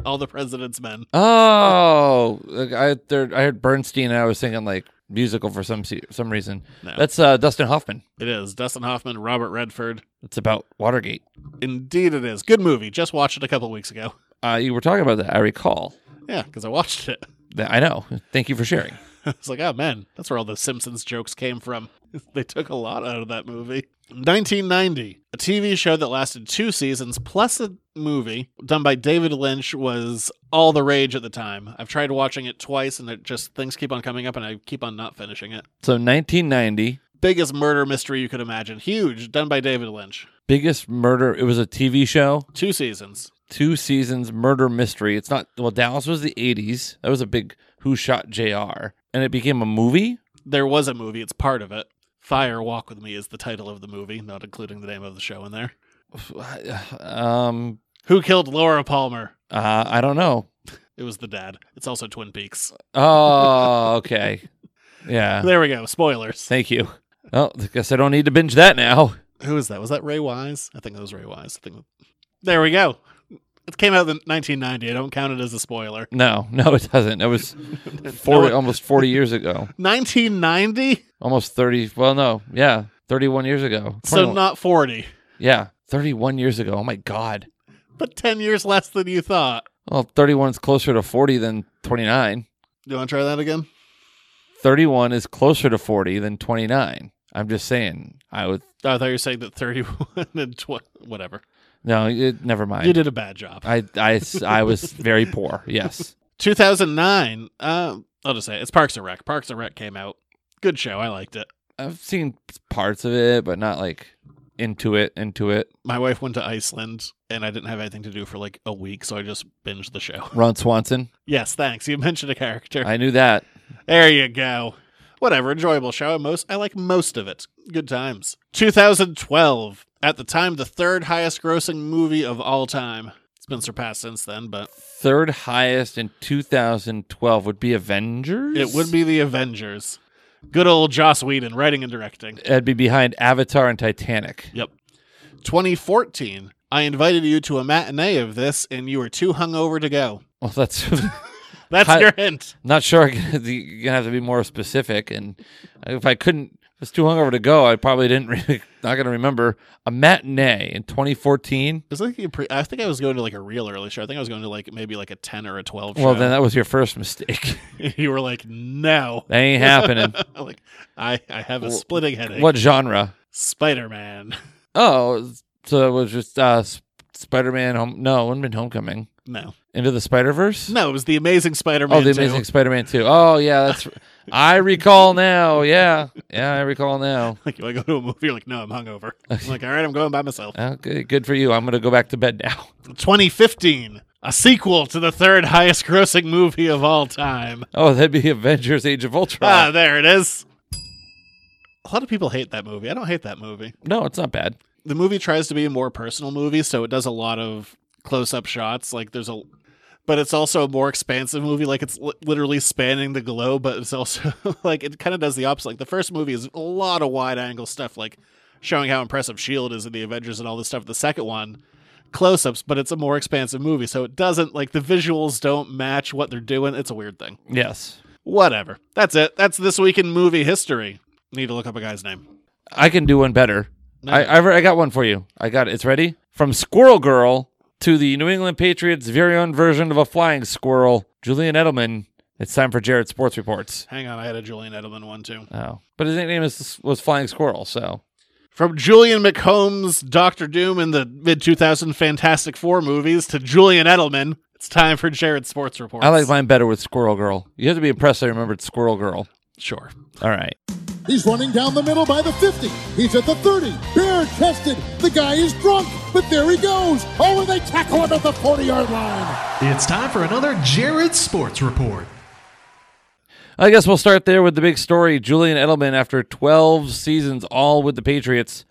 [SPEAKER 5] all the president's men.
[SPEAKER 6] Oh, like, I there, I heard Bernstein, and I was thinking like musical for some se- some reason.
[SPEAKER 5] No.
[SPEAKER 6] That's uh, Dustin Hoffman.
[SPEAKER 5] It is Dustin Hoffman, Robert Redford.
[SPEAKER 6] It's about Watergate.
[SPEAKER 5] Indeed, it is. Good movie. Just watched it a couple weeks ago. [LAUGHS]
[SPEAKER 6] Uh, you were talking about that. I recall.
[SPEAKER 5] Yeah, because I watched it. [LAUGHS]
[SPEAKER 6] That I know. Thank you for sharing.
[SPEAKER 5] It's like, oh man, that's where all the Simpsons jokes came from. [LAUGHS] They took a lot out of that movie. 1990, a TV show that lasted two seasons plus a movie done by David Lynch was all the rage at the time. I've tried watching it twice and it just things keep on coming up and I keep on not finishing it.
[SPEAKER 6] So 1990,
[SPEAKER 5] Biggest murder mystery you could imagine. Huge, done by David Lynch.
[SPEAKER 6] biggest murder. It was a TV show,
[SPEAKER 5] Two seasons.
[SPEAKER 6] two seasons, murder mystery. It's not well. Dallas was the 80s. That was a big Who Shot Jr. And it became a movie. [SIGHS]
[SPEAKER 5] There was a movie, it's part of it. Fire Walk with Me is the title of the movie, not including the name of the show in there.
[SPEAKER 6] Um,
[SPEAKER 5] Who killed Laura Palmer?
[SPEAKER 6] uh, I don't know.
[SPEAKER 5] It was the dad. It's also Twin Peaks.
[SPEAKER 6] Oh, [LAUGHS] okay. Yeah.
[SPEAKER 5] There we go. Spoilers.
[SPEAKER 6] Thank you. Well, I guess I don't need to binge that now.
[SPEAKER 5] Who is that? Was that Ray Wise? I think that was Ray Wise. I think. There we go. It came out in 1990. I don't count it as a spoiler.
[SPEAKER 6] No, no, it doesn't.
[SPEAKER 5] [LAUGHS]
[SPEAKER 6] It was 40,
[SPEAKER 5] it-
[SPEAKER 6] almost 40 years ago.
[SPEAKER 5] 1990,
[SPEAKER 6] Almost 30. Well, no. Yeah. 31 years ago.
[SPEAKER 5] so
[SPEAKER 6] 21
[SPEAKER 5] not 40,
[SPEAKER 6] yeah. 31 years ago. Oh, my God.
[SPEAKER 5] but 10 years less than you thought.
[SPEAKER 6] Well, 31 is closer to 40 than 29.
[SPEAKER 5] Do you want to try that again?
[SPEAKER 6] 31 is closer to 40 than 29. I'm just saying. I would.
[SPEAKER 5] Oh, I thought you were saying that 31 [LAUGHS] and 20, whatever.
[SPEAKER 6] No, it, never mind.
[SPEAKER 5] You did a bad job.
[SPEAKER 6] I, I s- I was very poor. Yes.
[SPEAKER 5] 2009. Uh, I'll just say it. it's Parks and Rec. Parks and Rec came out. Good show. I liked it.
[SPEAKER 6] I've seen parts of it, but not like into it, into it.
[SPEAKER 5] My wife went to Iceland, and I didn't have anything to do for like a week, so I just binged the show. [LAUGHS]
[SPEAKER 6] Ron Swanson.
[SPEAKER 5] Yes, thanks. You mentioned a character.
[SPEAKER 6] I knew that.
[SPEAKER 5] There you go. Whatever, enjoyable show. I most I like most of it. Good times. 2012. At the time, the third highest grossing movie of all time. It's been surpassed since then, but
[SPEAKER 6] Third highest in 2012 would be Avengers.
[SPEAKER 5] it would be The Avengers. Good old Joss Whedon writing and directing.
[SPEAKER 6] It'd be behind Avatar and Titanic.
[SPEAKER 5] Yep. 2014. I invited you to a matinee of this, and you were too hungover to go.
[SPEAKER 6] Well, that's [LAUGHS]
[SPEAKER 5] [LAUGHS] That's
[SPEAKER 6] Hi-
[SPEAKER 5] your hint.
[SPEAKER 6] not sure. [LAUGHS] You're gonna have to be more specific. And if I couldn't, if it's too hungover to go. I probably didn't. [LAUGHS] Really, not gonna remember a matinee in 2014.
[SPEAKER 5] It was like a pre- I think I was going to like a real early show. I think I was going to like maybe like a 10 or a 12 show.
[SPEAKER 6] Well, then that was your first mistake.
[SPEAKER 5] [LAUGHS]
[SPEAKER 6] [LAUGHS]
[SPEAKER 5] you were like, no. [LAUGHS]
[SPEAKER 6] that ain't happening.
[SPEAKER 5] like I, I have a
[SPEAKER 6] Wh-
[SPEAKER 5] splitting headache.
[SPEAKER 6] what genre?
[SPEAKER 5] Spider Man?
[SPEAKER 6] Oh, so it was just uh, S- Spider-Man. Home- no, it wouldn't have been Homecoming.
[SPEAKER 5] [LAUGHS] No,
[SPEAKER 6] Into the Spider Verse.
[SPEAKER 5] no, it was the Amazing Spider Man.
[SPEAKER 6] Oh,
[SPEAKER 5] [LAUGHS]
[SPEAKER 6] the Amazing Spider-Man 2. Oh, yeah, that's I recall now. Yeah. Yeah, I recall now.
[SPEAKER 5] Like you want to go to a movie? You're like, no, I'm
[SPEAKER 6] [LAUGHS]
[SPEAKER 5] hungover. I'm like, all right, I'm going by myself.
[SPEAKER 6] Okay, good for you. I'm going to go back to bed now. [LAUGHS]
[SPEAKER 5] 2015, a sequel to the third highest grossing movie of all time.
[SPEAKER 6] Oh, that'd be Avengers Age of Ultron.
[SPEAKER 5] Ah, there it is. A lot of people hate that movie. I don't hate that movie.
[SPEAKER 6] no, it's not bad.
[SPEAKER 5] the movie tries to be a more personal movie, so it does a lot of close-up shots. Like there's a, but it's also a more expansive movie. Like it's li- literally spanning the globe, but it's also [LAUGHS] like it kind of does the opposite. Like the first movie is a lot of wide-angle stuff, like showing how impressive Shield E is in the Avengers and all this stuff. The second one, close-ups, but it's a more expansive movie, so it doesn't like the visuals don't match what they're doing. It's a weird thing.
[SPEAKER 6] Yes.
[SPEAKER 5] Whatever. That's it. That's this week in movie history. Need to look up a guy's name.
[SPEAKER 6] I can do one better. I I, re- I got one for you. I got it. It's ready. From Squirrel Girl to the New England Patriots' very own version of a flying squirrel, Julian Edelman. It's time for Jared Sports Reports.
[SPEAKER 5] Hang on, I had a Julian Edelman one too.
[SPEAKER 6] Oh, but his nickname is, was Flying Squirrel, so
[SPEAKER 5] From Julian McCombs, Doctor Doom in the mid 2000 Fantastic Four movies to Julian Edelman, it's time for Jared Sports Report.
[SPEAKER 6] I like mine better with Squirrel Girl. You have to be impressed. I remembered Squirrel Girl.
[SPEAKER 5] Sure.
[SPEAKER 6] All right.
[SPEAKER 8] He's running down the middle by the 50. He's at the 30. Bare chested. The guy is drunk, but there he goes. Oh, and they tackle him at the 40 yard line.
[SPEAKER 9] It's time for another Jared Sports Report.
[SPEAKER 6] I guess we'll start there with the big story. Julian Edelman, after 12 seasons all with the Patriots,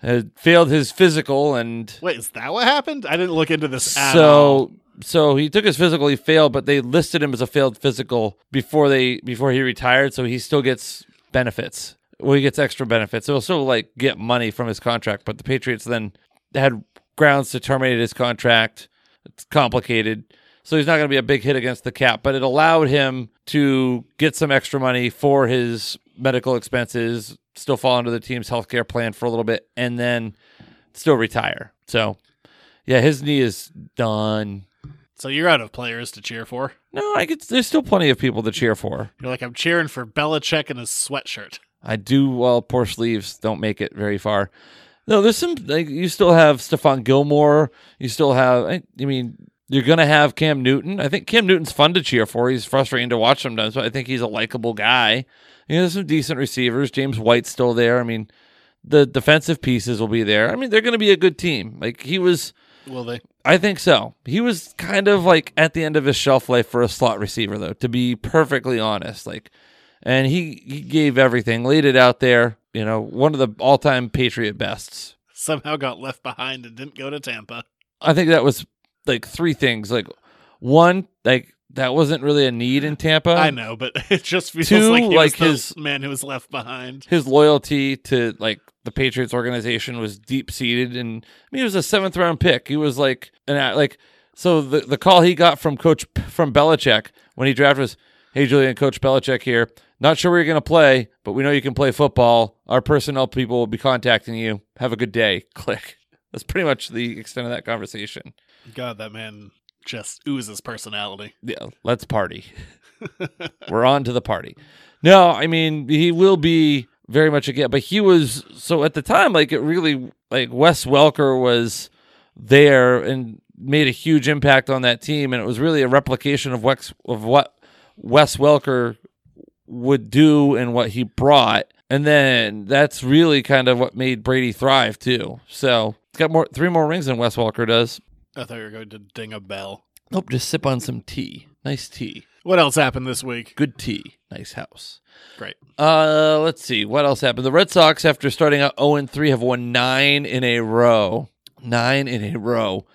[SPEAKER 6] had failed his physical and
[SPEAKER 5] Wait, is that what happened? I didn't look into this at all.
[SPEAKER 6] so So he took his physical, he failed, but they listed him as a failed physical before they before he retired, so he still gets benefits. Well, he gets extra benefits. So he'll still like get money from his contract, but the Patriots then had grounds to terminate his contract. It's complicated. So he's not going to be a big hit against the cap, but it allowed him to get some extra money for his medical expenses, still fall under the team's healthcare plan for a little bit, and then still retire. So, yeah, his knee is done.
[SPEAKER 5] So you're out of players to cheer for.
[SPEAKER 6] No, I could. There's still plenty of people to cheer for.
[SPEAKER 5] You're like, I'm cheering for Belichick in his sweatshirt.
[SPEAKER 6] I do. Well, poor sleeves don't make it very far. No, there's some. Like, you still have Stephon Gilmore. You still have. I, I mean, you're gonna have Cam Newton. I think Cam Newton's fun to cheer for. He's frustrating to watch sometimes, but I think he's a likable guy. You know, there's some decent receivers. James White's still there. I mean, the defensive pieces will be there. I mean, they're gonna be a good team. Like he was.
[SPEAKER 5] Will they?
[SPEAKER 6] I think so. He was kind of like at the end of his shelf life for a slot receiver, though, to be perfectly honest. Like, and he, he gave everything, laid it out there. You know, one of the all time Patriot bests.
[SPEAKER 5] Somehow got left behind and didn't go to Tampa.
[SPEAKER 6] I think that was like three things. Like, one, like that wasn't really a need in Tampa.
[SPEAKER 5] I know, but [LAUGHS] it just feels
[SPEAKER 6] Um, Two,
[SPEAKER 5] like he
[SPEAKER 6] like
[SPEAKER 5] was
[SPEAKER 6] his-
[SPEAKER 5] the man who was left behind.
[SPEAKER 6] his loyalty to like the Patriots organization was deep seated, and I mean, he was a seventh round pick. He was like an a- like so the the call he got from coach from Belichick when he drafted was, "Hey Julian, Coach Belichick here. Not sure where you're gonna play, but we know you can play football. Our personnel people will be contacting you. Have a good day." [LAUGHS] Click. That's pretty much the extent of that conversation.
[SPEAKER 5] God, that man just oozes personality.
[SPEAKER 6] Yeah, let's party. We're on to the party. No, I mean he will be very much again, but he was so at the time like it really like Wes Welker was there and made a huge impact on that team, and it was really a replication of Wex of what Wes Welker would do and what he brought. And then that's really kind of what made Brady thrive too. So it's got more three more rings than Wes Welker does.
[SPEAKER 5] I thought you were going to ding a bell.
[SPEAKER 6] Nope, just sip on some tea. Nice tea.
[SPEAKER 5] What else happened this week?
[SPEAKER 6] Good tea. Nice house.
[SPEAKER 5] Great.
[SPEAKER 6] Uh, let's see what else happened. The Red Sox, after starting out 0 3, have won nine in a row. Nine in a row.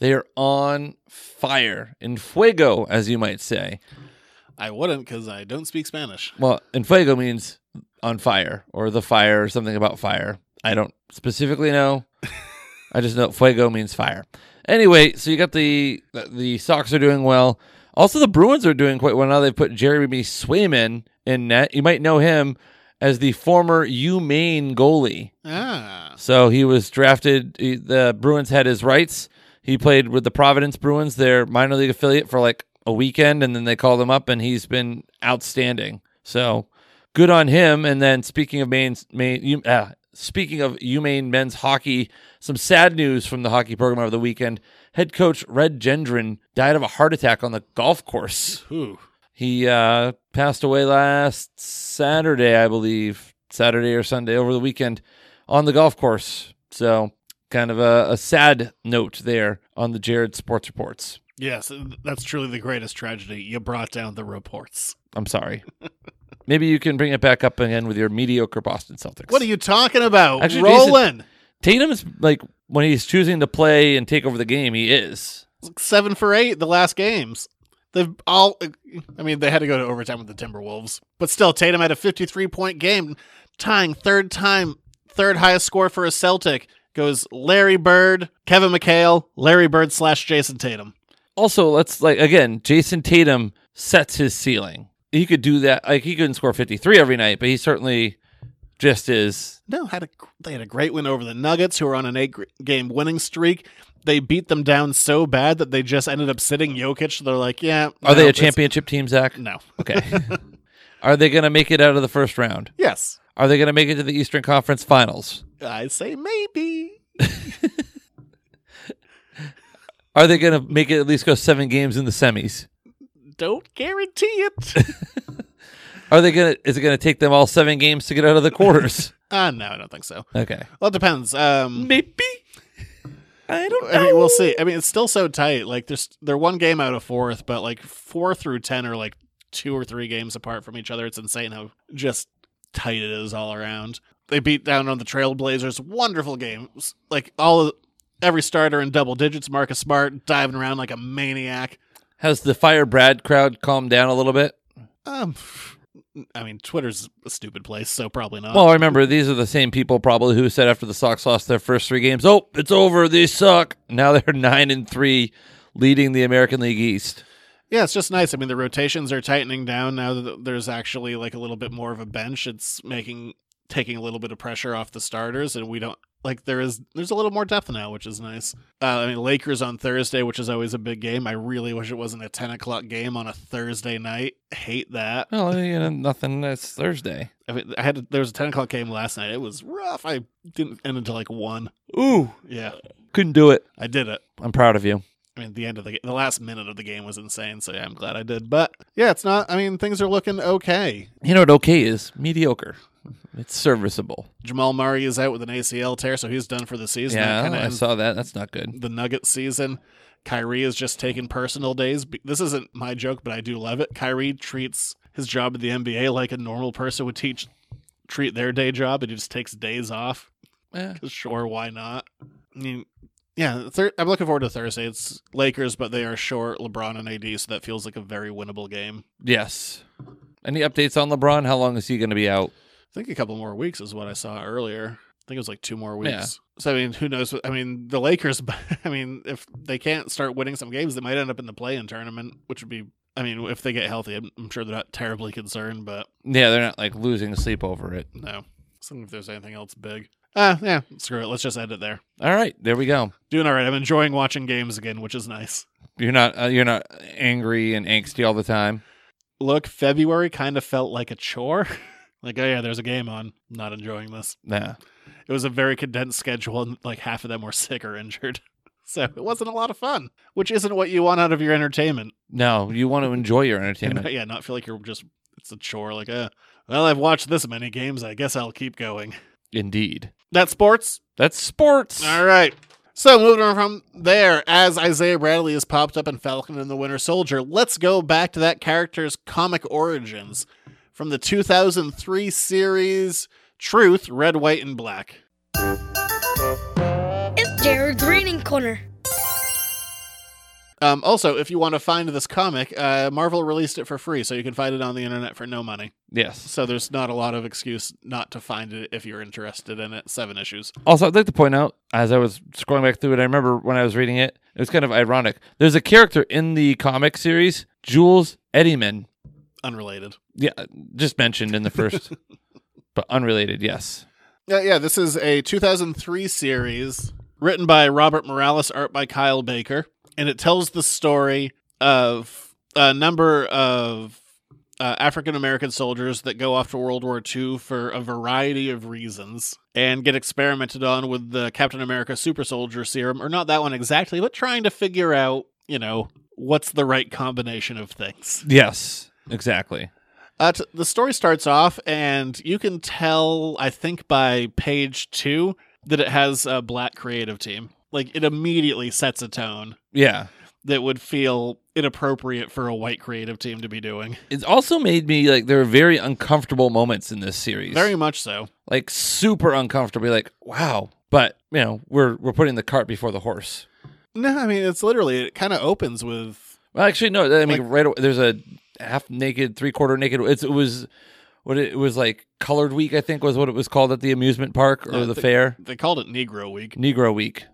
[SPEAKER 6] They are on fire in fuego, as you might say.
[SPEAKER 5] I wouldn't because I don't speak Spanish.
[SPEAKER 6] Well, in fuego means on fire or the fire or something about fire. I don't specifically know. I just know fuego means fire. Anyway, so you got the the Sox are doing well. Also, the Bruins are doing quite well now. They've put Jeremy Swayman in net. You might know him as the former UMaine goalie.
[SPEAKER 5] Ah,
[SPEAKER 6] So he was drafted. he- the Bruins had his rights. He played with the Providence Bruins, their minor league affiliate, for like a weekend, and then they called him up, and he's been outstanding. So good on him. And then speaking of Maine, Maine, you- uh, speaking of UMaine men's hockey, some sad news from the hockey program over the weekend. Head coach Red Gendron died of a heart attack on the golf course.
[SPEAKER 5] whew.
[SPEAKER 6] He uh, passed away last Saturday, I believe, Saturday or Sunday over the weekend on the golf course. So, kind of a, a sad note there on the Jared Sports Reports.
[SPEAKER 5] Yes, that's truly the greatest tragedy. You brought down the reports. [LAUGHS]
[SPEAKER 6] I'm sorry. Maybe you can bring it back up again with your mediocre Boston Celtics.
[SPEAKER 5] What are you talking about?
[SPEAKER 6] Actually,
[SPEAKER 5] Roland,
[SPEAKER 6] Tatum is like when he's choosing to play and take over the game, he is.
[SPEAKER 5] seven for eight the last games. They've all. I mean, they had to go to overtime with the Timberwolves, but still, Tatum had a 53 point game, tying third time, third highest score for a Celtic. Goes Larry Bird, Kevin McHale, Larry Bird slash Jason Tatum.
[SPEAKER 6] also let's like again jason tatum sets his ceiling he could do that like he couldn't score 53 every night but he certainly just is
[SPEAKER 5] No, had a they had a great win over the Nuggets, who are on an eight gr- game winning streak. They beat them down so bad that they just ended up sitting Jokic. They're like, yeah,
[SPEAKER 6] are
[SPEAKER 5] no,
[SPEAKER 6] they a
[SPEAKER 5] it's-
[SPEAKER 6] championship team zach
[SPEAKER 5] No. [LAUGHS]
[SPEAKER 6] okay are they gonna make it out of the first round
[SPEAKER 5] Yes,
[SPEAKER 6] are they gonna make it to the eastern conference finals
[SPEAKER 5] I say maybe.
[SPEAKER 6] are they gonna make it at least go seven games in the semis
[SPEAKER 5] Don't guarantee it.
[SPEAKER 6] are they gonna is it gonna take them all seven games to get out of
[SPEAKER 5] [LAUGHS]
[SPEAKER 6] the quarters
[SPEAKER 5] Ah, no, I don't think so.
[SPEAKER 6] okay
[SPEAKER 5] Well, it depends. Um,
[SPEAKER 6] maybe i don't
[SPEAKER 5] I mean, we'll see. I mean, it's still so tight. Like, there's they're one game out of fourth, but like four through ten are like two or three games apart from each other. It's insane how just tight it is all around. They beat down on the Trailblazers. Wonderful games. Like all Every starter in double digits. Marcus Smart diving around like a maniac.
[SPEAKER 6] Has the Fire Brad crowd calmed down a little bit?
[SPEAKER 5] Um, I mean, Twitter's a stupid place, so probably not.
[SPEAKER 6] Well, remember, these are the same people probably who said after the Sox lost their first three games, oh, it's over, they suck. Now they're [LAUGHS] 9 and 3, leading the American League East.
[SPEAKER 5] yeah, it's just nice. I mean, the rotations are tightening down now that there's actually like a little bit more of a bench. It's making taking a little bit of pressure off the starters, and we don't like there is there's a little more depth now, which is nice. Uh, I mean, Lakers on Thursday, which is always a big game. I really wish it wasn't a ten o'clock game on a Thursday night. Hate that.
[SPEAKER 6] Well, you know, nothing. It's Thursday.
[SPEAKER 5] I mean, I had there was a ten o'clock game last night. It was rough. I didn't end until like one.
[SPEAKER 6] Ooh.
[SPEAKER 5] Yeah,
[SPEAKER 6] Couldn't do it.
[SPEAKER 5] I did it.
[SPEAKER 6] I'm proud of you.
[SPEAKER 5] I mean, the end of the ga- the last minute of the game was insane. So yeah, I'm glad I did. But yeah, it's not. I mean, things are looking okay.
[SPEAKER 6] You know what okay is? Mediocre. It's serviceable.
[SPEAKER 5] Jamal Murray is out with an ACL tear, so he's done for the season. That
[SPEAKER 6] yeah,
[SPEAKER 5] kinda
[SPEAKER 6] I
[SPEAKER 5] ends
[SPEAKER 6] saw that. That's not good.
[SPEAKER 5] the Nuggets season. Kyrie is just taking personal days. Be- This isn't my joke, but I do love it. Kyrie treats his job at the NBA like a normal person would teach treat their day job, and he just takes days off. [LAUGHS]
[SPEAKER 6] Eh.
[SPEAKER 5] Sure, why not? I mean, yeah, thir- I'm looking forward to Thursday. It's Lakers, but they are short LeBron and AD, so that feels like a very winnable game.
[SPEAKER 6] Yes. Any updates on LeBron? How long is he going to be out?
[SPEAKER 5] I think a couple more weeks is what I saw earlier. I think it was like two more weeks.
[SPEAKER 6] Yeah.
[SPEAKER 5] So I mean, who knows? what- I mean, the Lakers. [LAUGHS] I mean, if they can't start winning some games, they might end up in the play-in tournament, which would be. I mean, if they get healthy, I'm, I'm sure they're not terribly concerned, but
[SPEAKER 6] Yeah, they're not like losing sleep over it.
[SPEAKER 5] no. So if there's anything else big, ah, yeah, screw it. Let's just end it there.
[SPEAKER 6] All right, there we go.
[SPEAKER 5] Doing all right. I'm enjoying watching games again, which is nice.
[SPEAKER 6] You're not uh, you're not angry and angsty all the time.
[SPEAKER 5] Look, February kind of felt like a chore. [LAUGHS] like, oh yeah, there's a game on. Not enjoying this.
[SPEAKER 6] Nah.
[SPEAKER 5] it was a very condensed schedule and like half of them were sick or injured [LAUGHS] so it wasn't a lot of fun which isn't what you want out of your entertainment
[SPEAKER 6] No, you want to enjoy your
[SPEAKER 5] and,
[SPEAKER 6] entertainment.
[SPEAKER 5] yeah not feel like you're just it's a chore like uh well i've watched this many games i guess i'll keep going
[SPEAKER 6] Indeed.
[SPEAKER 5] that's sports
[SPEAKER 6] That's sports.
[SPEAKER 5] all right so moving on from there as isaiah bradley has popped up in falcon and the winter soldier let's go back to that character's comic origins from the 2003 series truth red white and black
[SPEAKER 10] It's Jared's Reading Corner.
[SPEAKER 5] Um, also, if you want to find this comic, uh, Marvel released it for free, so you can find it on the internet for no money.
[SPEAKER 6] Yes.
[SPEAKER 5] So there's not a lot of excuse not to find it if you're interested in it. Seven issues.
[SPEAKER 6] Also, I'd like to point out, as I was scrolling back through it, I remember when I was reading it, it was kind of ironic. There's a character in the comic series, Jules Eddyman.
[SPEAKER 5] Unrelated.
[SPEAKER 6] Yeah, just mentioned in
[SPEAKER 5] [LAUGHS]
[SPEAKER 6] the first, but unrelated, yes.
[SPEAKER 5] Yeah, yeah. This is a 2003 series written by Robert Morales, art by Kyle Baker, and it tells the story of a number of uh, African American soldiers that go off to World War II for a variety of reasons and get experimented on with the Captain America Super Soldier Serum, or not that one exactly, but trying to figure out, you know, what's the right combination of things.
[SPEAKER 6] Yes, exactly.
[SPEAKER 5] Uh, t- the story starts off, and you can tell, I think, by page two that it has a black creative team. Like, it immediately sets a tone
[SPEAKER 6] Yeah.
[SPEAKER 5] that would feel inappropriate for a white creative team to be doing.
[SPEAKER 6] It's also made me like there are very uncomfortable moments in this series.
[SPEAKER 5] Very much so.
[SPEAKER 6] like super uncomfortable. Like, wow. But you know, we're we're putting the cart before the horse.
[SPEAKER 5] No, I mean, it's literally, it kind of opens with.
[SPEAKER 6] Well, actually, no. I mean, right away, there's a half naked, three quarter naked. It's, it was what it, it was like colored week. I think was what it was called at the amusement park or
[SPEAKER 5] Yeah,
[SPEAKER 6] the
[SPEAKER 5] the-
[SPEAKER 6] fair.
[SPEAKER 5] They called it Negro Week.
[SPEAKER 6] Negro week.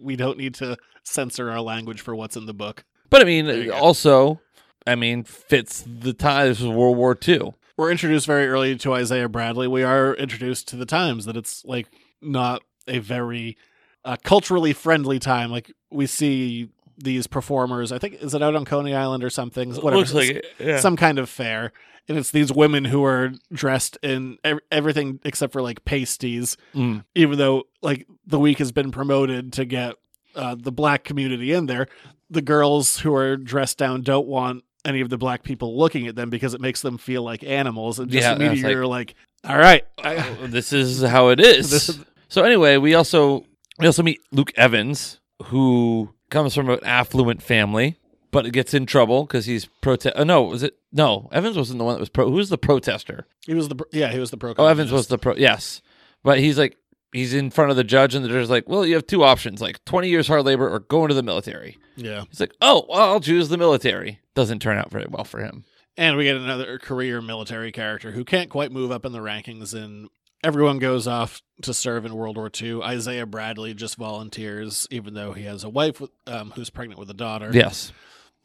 [SPEAKER 5] We don't need to censor our language for what's in the book.
[SPEAKER 6] But I mean,
[SPEAKER 5] you go.
[SPEAKER 6] also, I mean, fits the time. This was World War II.
[SPEAKER 5] We're introduced very early to Isaiah Bradley. We are introduced to the times that it's like not a very uh, culturally friendly time. Like we see these performers. I think is it out on Coney Island or something? Whatever. Some kind of fair, and it's these women who are dressed in ev- everything except for like pasties.
[SPEAKER 6] Mm.
[SPEAKER 5] Even though like the week has been promoted to get uh, the black community in there, the girls who are dressed down don't want any of the black people looking at them because it makes them feel like animals. And just
[SPEAKER 6] Yeah, that's
[SPEAKER 5] immediately you're like, all right, [LAUGHS] I,
[SPEAKER 6] Oh, this is how it is.
[SPEAKER 5] This-
[SPEAKER 6] so anyway, we also we also meet Luke Evans, who comes from an affluent family, but gets in trouble because he's protest. Oh, no, was it? No, Evans wasn't the one that was pro. Who was the protester?
[SPEAKER 5] he was the, yeah, he was the pro.
[SPEAKER 6] Oh, Evans was
[SPEAKER 5] communist.
[SPEAKER 6] the pro. Yes, but he's like he's in front of the judge, and the judge's like, "Well, you have two options: like twenty years hard labor, or go into the military."
[SPEAKER 5] Yeah.
[SPEAKER 6] He's like, "Oh, well, I'll choose the military." Doesn't turn out very well for him.
[SPEAKER 5] And we get another career military character who can't quite move up in the rankings, and everyone goes off to serve in World War II. Isaiah Bradley just volunteers, even though he has a wife with- um, who's pregnant with a daughter.
[SPEAKER 6] Yes.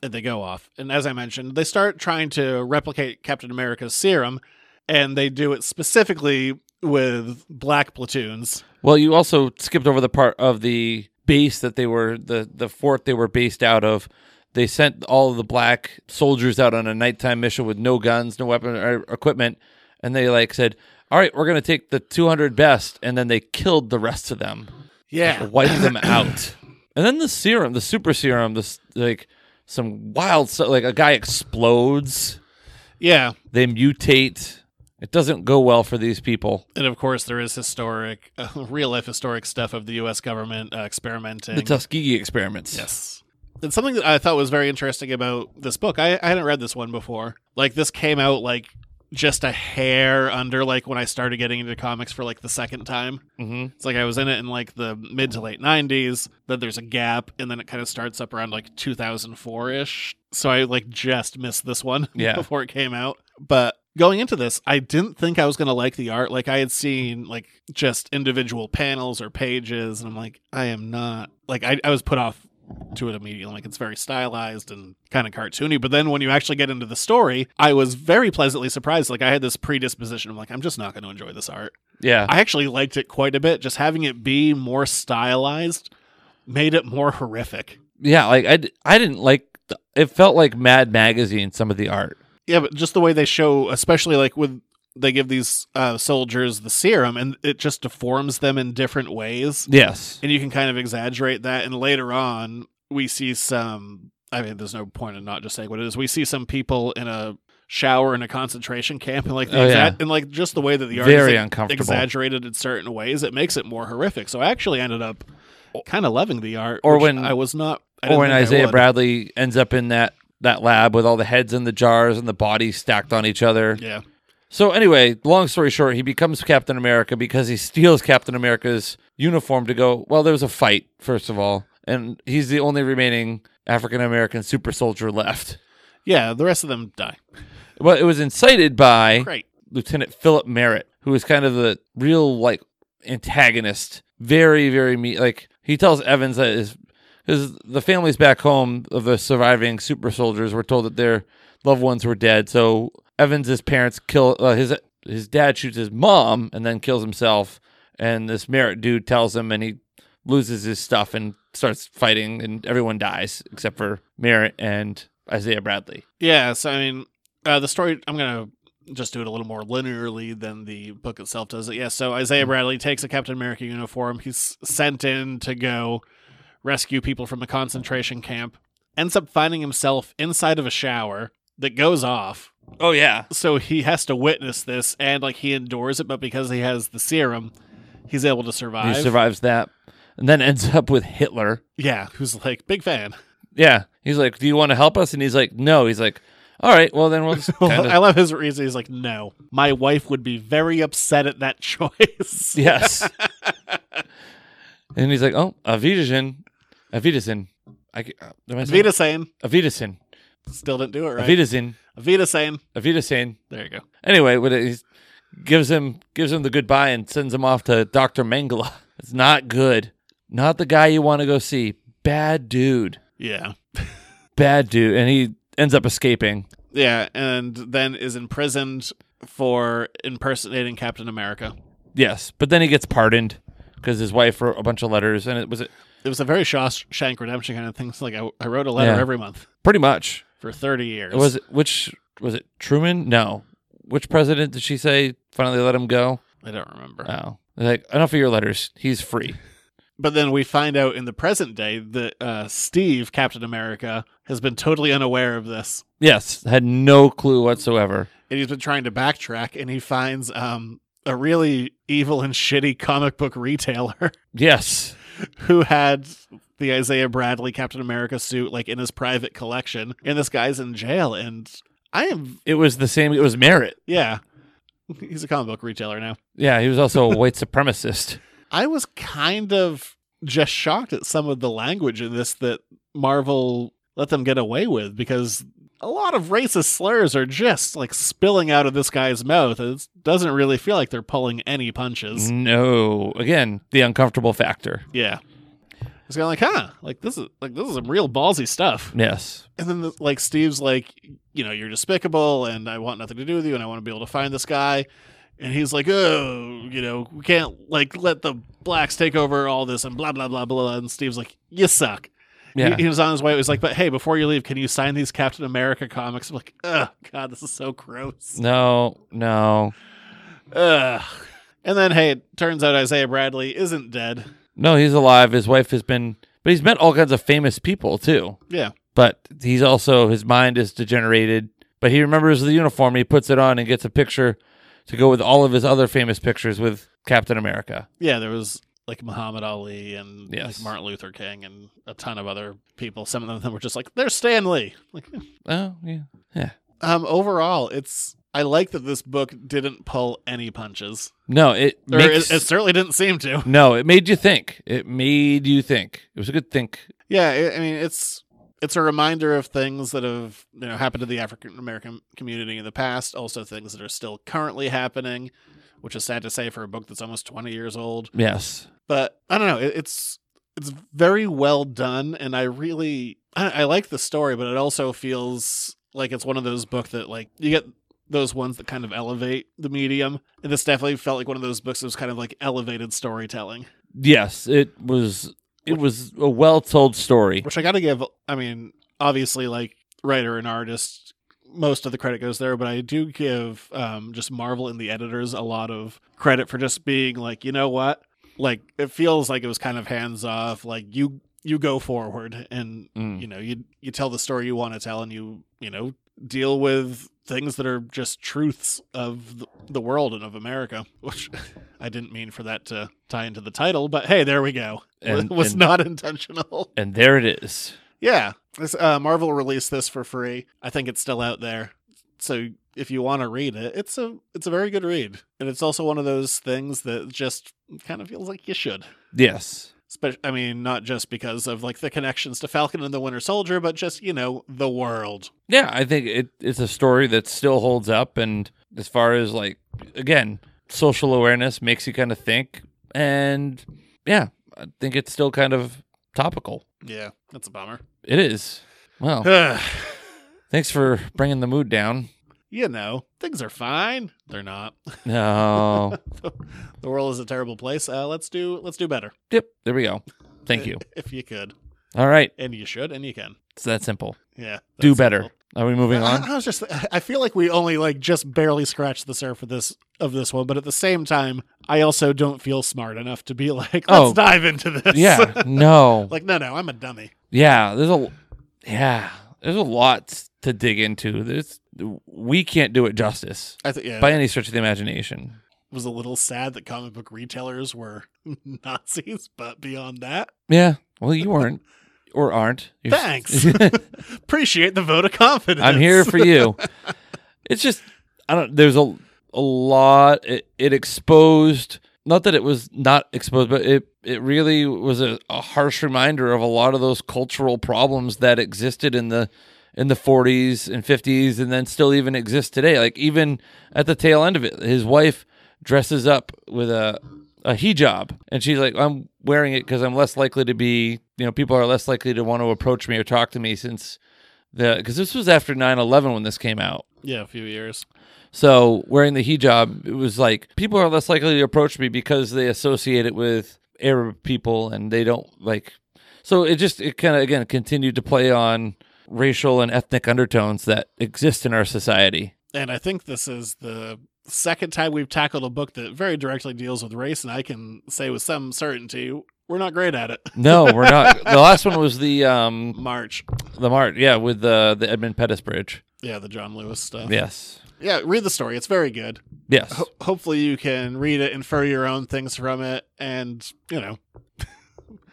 [SPEAKER 5] And they go off. And as I mentioned, they start trying to replicate Captain America's serum, and they do it specifically with black platoons.
[SPEAKER 6] Well, you also skipped over the part of the base that they were the the fort they were based out of. They sent all of the black soldiers out on a nighttime mission with no guns, no weapon or equipment, and they like said, "All right, we're going to take the 200 best," and then they killed the rest of them,
[SPEAKER 5] Yeah.
[SPEAKER 6] wiped them out. And then the serum, the super serum, this like some wild stuff. Like a guy explodes,
[SPEAKER 5] Yeah.
[SPEAKER 6] they mutate. It doesn't go well for these people.
[SPEAKER 5] And of course, there is historic, [LAUGHS] uh, real life historic stuff of the U.S. government uh, experimenting.
[SPEAKER 6] The Tuskegee experiments.
[SPEAKER 5] Yes. And something that I thought was very interesting about this book, I, I hadn't read this one before. Like this came out like just a hair under like when I started getting into comics for like the second time.
[SPEAKER 6] hmm
[SPEAKER 5] It's like I was in it in like the mid to late nineties, then there's a gap, and then it kind of starts up around like two thousand four ish. So I like just missed this one [LAUGHS]
[SPEAKER 6] Yeah.
[SPEAKER 5] before it came out. But going into this, I didn't think I was gonna like the art. Like I had seen like just individual panels or pages, and I'm like, I am not like I, I was put off to it immediately. Like it's very stylized and kind of cartoony. But then when you actually get into the story, I was very pleasantly surprised. Like I had this predisposition. I'm like, I'm just not going to enjoy this art.
[SPEAKER 6] Yeah.
[SPEAKER 5] I actually liked it quite a bit. Just having it be more stylized made it more horrific.
[SPEAKER 6] Yeah, like I, d- I didn't like. The, it felt like Mad Magazine. Some of the art.
[SPEAKER 5] Yeah, but just the way they show, especially like with they give these uh, soldiers the serum and it just deforms them in different ways.
[SPEAKER 6] Yes.
[SPEAKER 5] and you can kind of exaggerate that and later on we see some i mean there's no point in not just saying what it is we see some people in a shower in a concentration camp and like the
[SPEAKER 6] Oh, yeah.
[SPEAKER 5] exact, and like just the way that the art
[SPEAKER 6] Very
[SPEAKER 5] is like,
[SPEAKER 6] uncomfortable.
[SPEAKER 5] exaggerated in certain ways it makes it more horrific so i actually ended up kind of loving the art
[SPEAKER 6] Or
[SPEAKER 5] which
[SPEAKER 6] when-
[SPEAKER 5] i was not I
[SPEAKER 6] Or
[SPEAKER 5] didn't
[SPEAKER 6] when
[SPEAKER 5] think I
[SPEAKER 6] Isaiah
[SPEAKER 5] would.
[SPEAKER 6] Bradley ends up in that that lab with all the heads in the jars and the bodies stacked on each other.
[SPEAKER 5] yeah
[SPEAKER 6] So anyway, long story short, he becomes Captain America because he steals Captain America's uniform to go. Well, there was a fight first of all, and he's the only remaining African American super soldier left.
[SPEAKER 5] yeah the rest of them die
[SPEAKER 6] Well, it was incited by
[SPEAKER 5] great
[SPEAKER 6] Lieutenant Philip Merritt, who is kind of the real like antagonist. Very, very me like he tells Evans that his his the families back home of the surviving super soldiers were told that their loved ones were dead. So Evans's parents kill uh, his his dad shoots his mom and then kills himself. And this Merritt dude tells him, and he loses his stuff and starts fighting, and everyone dies except for Merritt and Isaiah Bradley.
[SPEAKER 5] Yeah, so I mean, uh, the story. I'm gonna just do it a little more linearly than the book itself does it. Yeah, so Isaiah Bradley takes a Captain America uniform. He's sent in to go rescue people from a concentration camp. Ends up finding himself inside of a shower that goes off.
[SPEAKER 6] Oh yeah,
[SPEAKER 5] So he has to witness this, and like he endures it, but because he has the serum, he's able to survive.
[SPEAKER 6] He survives that, and then [LAUGHS] ends up with Hitler.
[SPEAKER 5] Yeah, who's like big fan.
[SPEAKER 6] Yeah, he's like, "Do you want to help us?" And he's like, "No." He's like, "All right, well then
[SPEAKER 5] [LAUGHS]
[SPEAKER 6] we'll just kind
[SPEAKER 5] I
[SPEAKER 6] of
[SPEAKER 5] love his reason. He's like, no, my wife would be very upset at that [LAUGHS] choice. [LAUGHS]
[SPEAKER 6] [LAUGHS] yes." and he's like, "Oh, Avitasin, Avitasin, I ca- uh, am I saying-
[SPEAKER 5] Vita saying
[SPEAKER 6] Avitasin,
[SPEAKER 5] Still didn't do it right. Avita,
[SPEAKER 6] Avitasin,
[SPEAKER 5] saying,
[SPEAKER 6] Avitasin."
[SPEAKER 5] there you go.
[SPEAKER 6] Anyway, what he gives him gives him the goodbye and sends him off to Doctor Mengele. [LAUGHS] It's not good. Not the guy you want to go see. Bad dude.
[SPEAKER 5] Yeah.
[SPEAKER 6] Bad dude. And he ends up escaping.
[SPEAKER 5] Yeah. And then is imprisoned for impersonating Captain America.
[SPEAKER 6] Yes, but then he gets pardoned because his wife wrote a bunch of letters, and it was
[SPEAKER 5] It was a very Shawshank Redemption kind of thing. It's like I, I wrote a letter
[SPEAKER 6] Yeah.
[SPEAKER 5] every month
[SPEAKER 6] pretty much
[SPEAKER 5] for 30 years.
[SPEAKER 6] it was which was it Truman? No, which president did she say finally let him go?
[SPEAKER 5] I don't remember.
[SPEAKER 6] Oh, They're like enough of your letters. He's free.
[SPEAKER 5] But then we find out in the present day that uh, Steve, Captain America, has been totally unaware of this.
[SPEAKER 6] Yes, had no clue whatsoever.
[SPEAKER 5] And he's been trying to backtrack and he finds um, a really evil and shitty comic book retailer.
[SPEAKER 6] Yes,
[SPEAKER 5] who had the Isaiah Bradley Captain America suit like in his private collection, and this guy's in jail. And I am,
[SPEAKER 6] it was the same. It was Merritt.
[SPEAKER 5] yeah, he's a comic book retailer now. [LAUGHS]
[SPEAKER 6] Yeah, he was also a white supremacist.
[SPEAKER 5] I was kind of just shocked at some of the language in this that Marvel let them get away with because a lot of racist slurs are just like spilling out of this guy's mouth. It doesn't really feel like they're pulling any punches.
[SPEAKER 6] Mm. No, again, the uncomfortable factor.
[SPEAKER 5] Yeah. It's kind of like, huh, like this is like this is some real ballsy stuff.
[SPEAKER 6] Yes.
[SPEAKER 5] And then the, like Steve's like, you know, you're despicable, and I want nothing to do with you, and I want to be able to find this guy. And he's like, oh, you know, we can't like let the blacks take over all this and blah blah blah blah. And Steve's like, you suck.
[SPEAKER 6] Yeah.
[SPEAKER 5] He, he was on his way. He was like, but hey, before you leave, can you sign these Captain America comics? I'm like, oh god, this is so gross.
[SPEAKER 6] No, no,
[SPEAKER 5] Ugh. And then hey, it turns out Isaiah Bradley isn't dead.
[SPEAKER 6] no. He's alive. His wife has been, but he's met all kinds of famous people too.
[SPEAKER 5] Yeah.
[SPEAKER 6] But he's also his mind is degenerated. But he remembers the uniform. He puts it on and gets a picture to go with all of his other famous pictures with Captain America.
[SPEAKER 5] Yeah, there was like Muhammad Ali and like,
[SPEAKER 6] Yes.
[SPEAKER 5] Martin Luther King and a ton of other people. Some of them were just like, "There's Stanley." Like,
[SPEAKER 6] Oh yeah, yeah.
[SPEAKER 5] um, overall, it's I like that this book didn't pull any punches,
[SPEAKER 6] No, it
[SPEAKER 5] or
[SPEAKER 6] makes
[SPEAKER 5] it, it certainly didn't seem to.
[SPEAKER 6] no. It made you think. It made you think. It was a good think.
[SPEAKER 5] [LAUGHS] Yeah, I I mean, it's it's a reminder of things that have you know happened to the African American community in the past, also things that are still currently happening, which is sad to say for a book that's almost twenty years old.
[SPEAKER 6] Yes.
[SPEAKER 5] but I don't know. It, it's it's very well done, and I really I, I like the story, but it also feels like it's one of those books that like you get those ones that kind of elevate the medium, and this definitely felt like one of those books that was kind of like elevated storytelling,
[SPEAKER 6] Yes. It was. It was a well-told story.
[SPEAKER 5] which I got to give. I mean, obviously, like writer and artist. Most of the credit goes there, but I do give um, just Marvel and the editors a lot of credit for just being like, you know what, like it feels like it was kind of hands off like you you go forward and
[SPEAKER 6] Mm.
[SPEAKER 5] you know you you tell the story you want to tell and you you know deal with things that are just truths of the, the world and of america [LAUGHS] which i didn't mean for that to tie into the title but hey there we go [LAUGHS] it
[SPEAKER 6] And-
[SPEAKER 5] was
[SPEAKER 6] and-
[SPEAKER 5] not intentional
[SPEAKER 6] And there it is.
[SPEAKER 5] yeah this, uh, marvel released this for free i think it's still out there so if you want to read it it's a it's a very good read and it's also one of those things that just kind of feels like you should
[SPEAKER 6] Yes.
[SPEAKER 5] Spe- I mean, not just because of like the connections to Falcon and the Winter Soldier, but just you know the world.
[SPEAKER 6] Yeah, I think it, it's a story that still holds up. And as far as like, again, social awareness makes you kind of think. And yeah, I think it's still kind of topical.
[SPEAKER 5] Yeah, that's a bummer. [SIGHS]
[SPEAKER 6] It is. Well, thanks for bringing the mood down.
[SPEAKER 5] you know, things are fine. They're not. [LAUGHS]
[SPEAKER 6] No.
[SPEAKER 5] the world is a terrible place. Uh, let's do let's do better
[SPEAKER 6] [LAUGHS] yep. There we go. Thank you.
[SPEAKER 5] if you could,
[SPEAKER 6] All right.
[SPEAKER 5] and you should, and you can.
[SPEAKER 6] It's that simple.
[SPEAKER 5] Yeah,
[SPEAKER 6] Do
[SPEAKER 5] that's
[SPEAKER 6] better.
[SPEAKER 5] cool.
[SPEAKER 6] Are we moving
[SPEAKER 5] I, [LAUGHS]
[SPEAKER 6] on?
[SPEAKER 5] I was just I feel like we only like just barely scratched the surface of this of this one, but at the same time, I also don't feel smart enough to be [LAUGHS] like, let's
[SPEAKER 6] Oh.
[SPEAKER 5] dive into this.
[SPEAKER 6] Yeah. No.
[SPEAKER 5] [LAUGHS] like no, no, I'm a dummy.
[SPEAKER 6] Yeah, there's a yeah, there's a lot to dig into. There's we can't do it justice
[SPEAKER 5] I think yeah.
[SPEAKER 6] by any stretch of the imagination.
[SPEAKER 5] was a little sad that comic book retailers were [LAUGHS] Nazis, but beyond that,
[SPEAKER 6] Yeah, well, you weren't or aren't. You're-
[SPEAKER 5] thanks.
[SPEAKER 6] [LAUGHS]
[SPEAKER 5] Appreciate the vote of confidence.
[SPEAKER 6] I'm here for you. It's just I don't. There's a a lot. It, it exposed. Not that it was not exposed, but it it really was a, a harsh reminder of a lot of those cultural problems that existed in the in the 40s and 50s, and then still even exist today. Like even at the tail end of it, his wife dresses up with a a hijab, and she's like, "I'm wearing it because I'm less likely to be, you know, people are less likely to want to approach me or talk to me since the because this was after 9-11 when this came out
[SPEAKER 5] Yeah, a few years.
[SPEAKER 6] so wearing the hijab it was like people are less likely to approach me because they associate it with arab people and they don't like so it just it kind of again continued to play on racial and ethnic undertones that exist in our society
[SPEAKER 5] And I think this is the second time we've tackled a book that very directly deals with race, and I can say with some certainty we're not great at it.
[SPEAKER 6] no we're not the last one was the um
[SPEAKER 5] March.
[SPEAKER 6] the mart yeah with the the edmund pettus bridge
[SPEAKER 5] Yeah, the John Lewis stuff.
[SPEAKER 6] yes
[SPEAKER 5] Yeah, read the story. It's very good.
[SPEAKER 6] yes
[SPEAKER 5] Ho- hopefully you can read it, infer your own things from it, and, you know,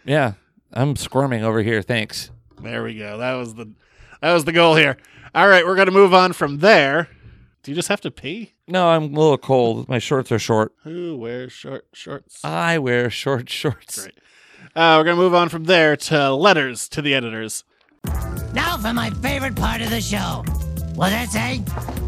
[SPEAKER 6] yeah i'm squirming over here thanks
[SPEAKER 5] There we go. That was the that was the goal here. All right, we're gonna move on from there. Do you just have to pee?
[SPEAKER 6] No, I'm a little cold. My shorts are short.
[SPEAKER 5] Who wears short shorts?
[SPEAKER 6] I wear short shorts.
[SPEAKER 5] Great. Uh, we're going to move on from there to letters to the editors.
[SPEAKER 11] Now for my favorite part of the show. Well, that's a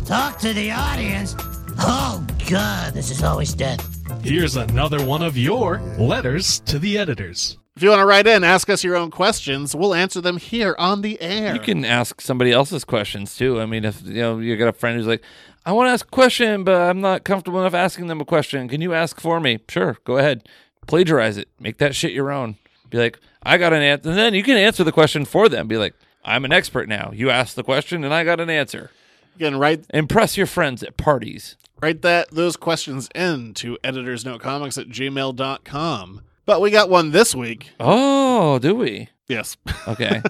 [SPEAKER 11] talk to the audience. Oh, God, this is always death.
[SPEAKER 9] Here's another one of your letters to the editors.
[SPEAKER 5] If you want to write in, ask us your own questions. We'll answer them here on the air.
[SPEAKER 6] You can ask somebody else's questions too. I mean, if you know you got a friend who's like, I want to ask a question, but I'm not comfortable enough asking them a question. Can you ask for me? Sure, go ahead. Plagiarize it. Make that shit your own. Be like, I got an answer, and then you can answer the question for them. Be like, I'm an expert now. You asked the question, and I got an answer.
[SPEAKER 5] You can write
[SPEAKER 6] Impress your friends at parties.
[SPEAKER 5] write that those questions in to editorsnotecomics at gmail.com. But we got one this week.
[SPEAKER 6] Oh, do we?
[SPEAKER 5] Yes. [LAUGHS]
[SPEAKER 6] Okay.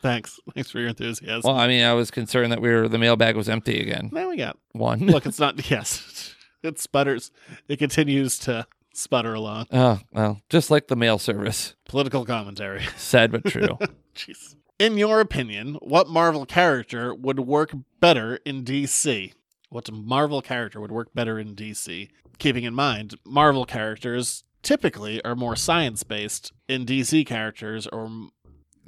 [SPEAKER 5] Thanks. [LAUGHS] Thanks for your enthusiasm.
[SPEAKER 6] well, I mean, I was concerned that we were the mailbag was empty again.
[SPEAKER 5] now we got
[SPEAKER 6] One.
[SPEAKER 5] Look, it's not. [LAUGHS] Yes, it sputters. It continues to sputter along.
[SPEAKER 6] Oh well, just like the mail service.
[SPEAKER 5] Political commentary.
[SPEAKER 6] Sad but true.
[SPEAKER 5] Jeez. In your opinion, what Marvel character would work better in DC? What Marvel character would work better in DC? Keeping in mind, Marvel characters typically are more science based, and DC characters are m-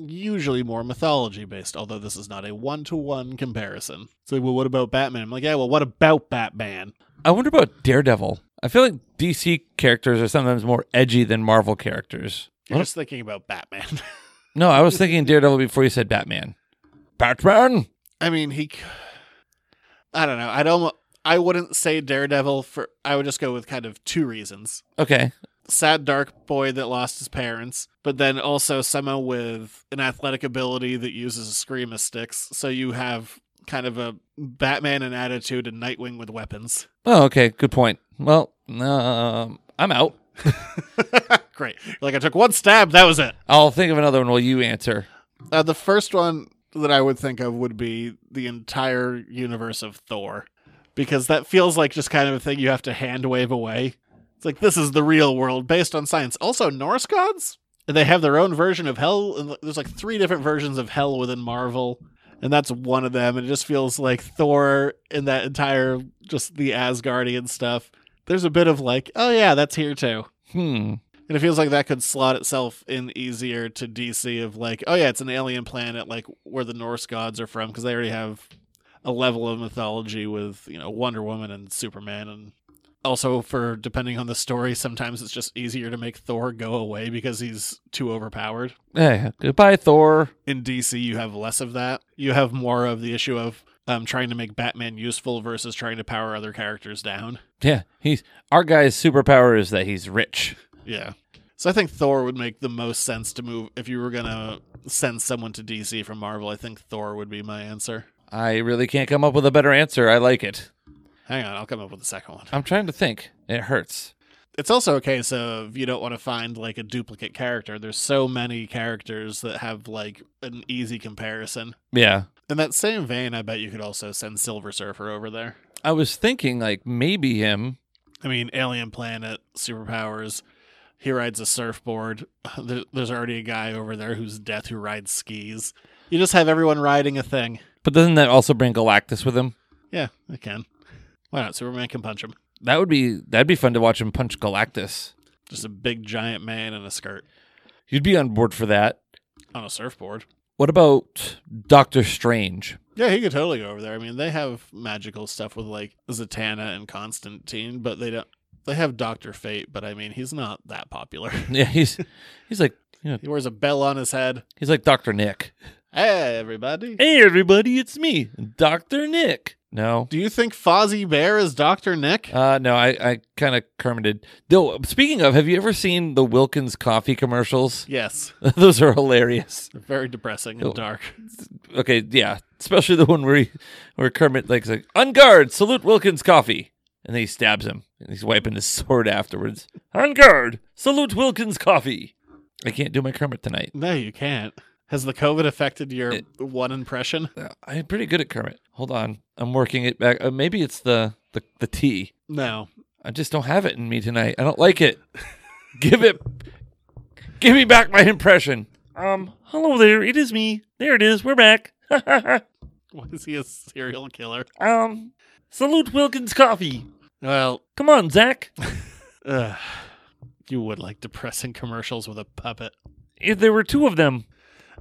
[SPEAKER 5] usually more mythology based, although this is not a one to one comparison. So, well, what about Batman? I'm like, yeah, well, what about Batman?
[SPEAKER 6] I wonder about Daredevil. I feel like DC characters are sometimes more edgy than Marvel characters.
[SPEAKER 5] You're just thinking about Batman. [LAUGHS]
[SPEAKER 6] No, I was thinking Daredevil before you said Batman. Batman.
[SPEAKER 5] I mean, he. c- I don't know. I don't. I wouldn't say Daredevil for. I would just go with kind of two reasons:
[SPEAKER 6] Okay.
[SPEAKER 5] sad, dark boy that lost his parents, but then also someone with an athletic ability that uses a scream as sticks. So you have kind of a Batman in attitude and Nightwing with weapons. [LAUGHS]
[SPEAKER 6] Oh, okay. Good point. Well, um, I'm out.
[SPEAKER 5] Great. Like I took one stab. That was it.
[SPEAKER 6] I'll think of another one while you answer.
[SPEAKER 5] Uh, the first one that I would think of would be the entire universe of Thor, because that feels like just kind of a thing you have to hand wave away. It's like this is the real world based on science. Also, Norse gods they have their own version of hell, and there's like three different versions of hell within Marvel, and that's one of them. And it just feels like Thor and that entire just the Asgardian stuff. There's a bit of like, oh yeah, that's here too.
[SPEAKER 6] Hmm.
[SPEAKER 5] And it feels like that could slot itself in easier to DC of like, oh yeah, it's an alien planet like where the Norse gods are from because they already have a level of mythology with you know Wonder Woman and Superman and also for depending on the story, sometimes it's just easier to make Thor go away because he's too overpowered.
[SPEAKER 6] Yeah. Goodbye, Thor.
[SPEAKER 5] In DC, you have less of that. You have more of the issue of um, trying to make Batman useful versus trying to power other characters down.
[SPEAKER 6] Yeah. He's our guy's superpower is that he's rich.
[SPEAKER 5] Yeah. So I think Thor would make the most sense to move if you were gonna send someone to DC from Marvel. I think Thor would be my answer.
[SPEAKER 6] I really can't come up with a better answer. I like it.
[SPEAKER 5] Hang on, I'll come up with the second one. [LAUGHS]
[SPEAKER 6] I'm trying to think. It hurts.
[SPEAKER 5] It's also a case of you don't want to find like a duplicate character. There's so many characters that have like an easy comparison.
[SPEAKER 6] Yeah.
[SPEAKER 5] In that same vein, I bet you could also send Silver Surfer over there.
[SPEAKER 6] I was thinking like maybe him.
[SPEAKER 5] I mean, alien planet, superpowers. He rides a surfboard. [LAUGHS] There- There's already a guy over there who's death who rides skis. You just have everyone riding a thing.
[SPEAKER 6] But doesn't that also bring Galactus with him?
[SPEAKER 5] Yeah, I can. Why not? Superman can punch him.
[SPEAKER 6] That would be that'd be fun to watch him punch Galactus.
[SPEAKER 5] Just a big giant man in a skirt
[SPEAKER 6] You'd be on board for that.
[SPEAKER 5] on a surfboard.
[SPEAKER 6] What about Doctor Strange? [LAUGHS]
[SPEAKER 5] Yeah, he could totally go over there. I mean, they have magical stuff with like Zatanna and Constantine, but they don't. They have Doctor Fate, but I mean, he's not that popular. [LAUGHS]
[SPEAKER 6] Yeah, he's he's like you know,
[SPEAKER 5] he wears a bell on his head.
[SPEAKER 6] he's like Doctor Nick.
[SPEAKER 5] Hey, everybody!
[SPEAKER 6] Hey everybody, it's me, Doctor Nick. No.
[SPEAKER 5] Do you think Fozzie Bear is Doctor Nick?
[SPEAKER 6] Uh no, I, I kinda kermited. Though speaking of, have you ever seen the Wilkins coffee commercials? [LAUGHS]
[SPEAKER 5] yes,
[SPEAKER 6] Those are hilarious.
[SPEAKER 5] they're very depressing and dark.
[SPEAKER 6] Okay, yeah. Especially the one where he, where Kermit like's like, On guard, salute Wilkins coffee. And then he stabs him and he's wiping his [LAUGHS] sword afterwards. On guard, salute Wilkins coffee. I can't do my Kermit tonight.
[SPEAKER 5] No, you can't. Has the COVID affected your one impression?
[SPEAKER 6] Uh, I'm pretty good at Kermit. Hold on. I'm working it back. Uh, maybe it's the, the the tea.
[SPEAKER 5] No. [LAUGHS]
[SPEAKER 6] I just don't have it in me tonight. I don't like it. give it Give me back my impression. Um, hello there. It is me. There it is. We're back.
[SPEAKER 5] Why is he a serial killer?
[SPEAKER 6] [LAUGHS] Um, Salute Wilkins Coffee.
[SPEAKER 5] Well,
[SPEAKER 6] Come on, Zach.
[SPEAKER 5] ugh, you would like depressing commercials with a puppet.
[SPEAKER 6] If there were two of them,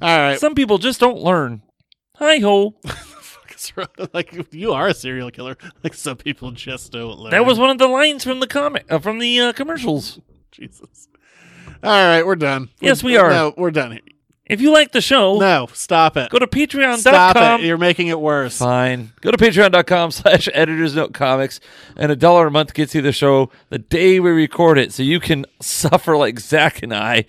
[SPEAKER 5] All [LAUGHS] right.
[SPEAKER 6] some people just don't learn. Hi ho.
[SPEAKER 5] fuck is wrong? like you are a serial killer. [LAUGHS] Like some people just don't learn.
[SPEAKER 6] That was one of the lines from the comic uh, from the uh, commercials.
[SPEAKER 5] Jesus. All right, we're done.
[SPEAKER 6] Yes,
[SPEAKER 5] We're-
[SPEAKER 6] we are.
[SPEAKER 5] No, we're done here.
[SPEAKER 6] If you like the show,
[SPEAKER 5] No, stop it.
[SPEAKER 6] go to patreon.com.
[SPEAKER 5] Stop it. You're making it worse.
[SPEAKER 6] Fine. Go to patreon.com slash editors note comics, and a dollar a month gets you the show the day we record it, so you can [LAUGHS] suffer like Zach and I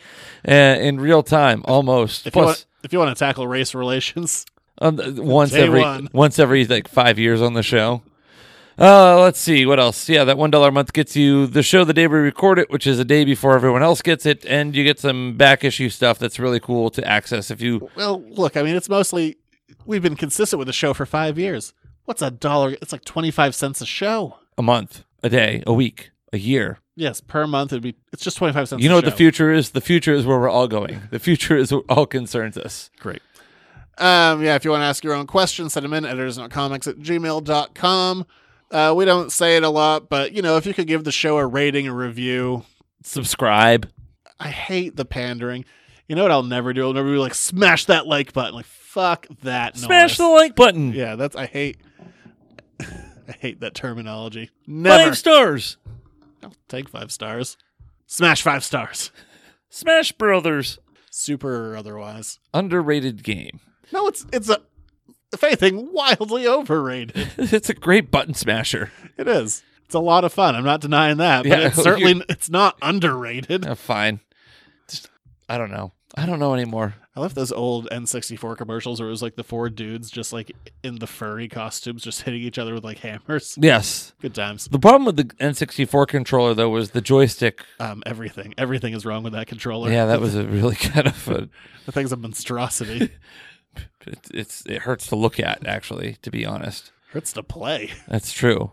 [SPEAKER 6] uh, in real time almost.
[SPEAKER 5] If you,
[SPEAKER 6] Plus,
[SPEAKER 5] want, if you want to tackle race relations, [LAUGHS]
[SPEAKER 6] on the, Um, once
[SPEAKER 5] Day
[SPEAKER 6] every
[SPEAKER 5] one.
[SPEAKER 6] once every like five years on the show. Uh, let's see what else. Yeah, that one dollar a month gets you the show the day we record it, which is a day before everyone else gets it, and you get some back issue stuff that's really cool to access if you.
[SPEAKER 5] well, look, I mean, it's mostly we've been consistent with the show for five years. What's a dollar? It's like twenty five cents a show.
[SPEAKER 6] a month, a day, a week, a year.
[SPEAKER 5] Yes, per month it'd be. It's just twenty five cents.
[SPEAKER 6] You know
[SPEAKER 5] a
[SPEAKER 6] what the
[SPEAKER 5] show.
[SPEAKER 6] future is? The future is where we're all going. The future is what all concerns us.
[SPEAKER 5] Great. Um, yeah, if you want to ask your own questions, send them in, editorsnotcomics at gmail.com. Uh, we don't say it a lot, but, you know, if you could give the show a rating, a review.
[SPEAKER 6] Subscribe.
[SPEAKER 5] I hate the pandering. You know what I'll never do? I'll never be like, smash that like button. Like, fuck that noise.
[SPEAKER 6] Smash the like button.
[SPEAKER 5] Yeah, that's, I hate, [LAUGHS] I hate that terminology. Never.
[SPEAKER 6] Five stars.
[SPEAKER 5] I'll take five stars. Smash five stars.
[SPEAKER 6] Smash Brothers.
[SPEAKER 5] Super or otherwise.
[SPEAKER 6] Underrated game. [LAUGHS]
[SPEAKER 5] No, it's, it's a, if anything, wildly overrated.
[SPEAKER 6] it's a great button smasher.
[SPEAKER 5] It is. It's a lot of fun. I'm not denying that, but
[SPEAKER 6] Yeah,
[SPEAKER 5] it's certainly
[SPEAKER 6] [LAUGHS] you-
[SPEAKER 5] it's not
[SPEAKER 6] [LAUGHS]
[SPEAKER 5] underrated.
[SPEAKER 6] Uh, fine. Just, I don't know. I don't know anymore.
[SPEAKER 5] I love those old N64 commercials where it was like the four dudes just like in the furry costumes just hitting each other with like hammers.
[SPEAKER 6] Yes.
[SPEAKER 5] Good times.
[SPEAKER 6] The problem with the N64 controller though was the joystick.
[SPEAKER 5] Um, everything, everything is wrong with that controller.
[SPEAKER 6] Yeah, that was a really [LAUGHS] kind of a,
[SPEAKER 5] the thing's a
[SPEAKER 6] [LAUGHS]
[SPEAKER 5] monstrosity.
[SPEAKER 6] it, it's it hurts to look at actually, to be honest.
[SPEAKER 5] Hurts to play.
[SPEAKER 6] That's true.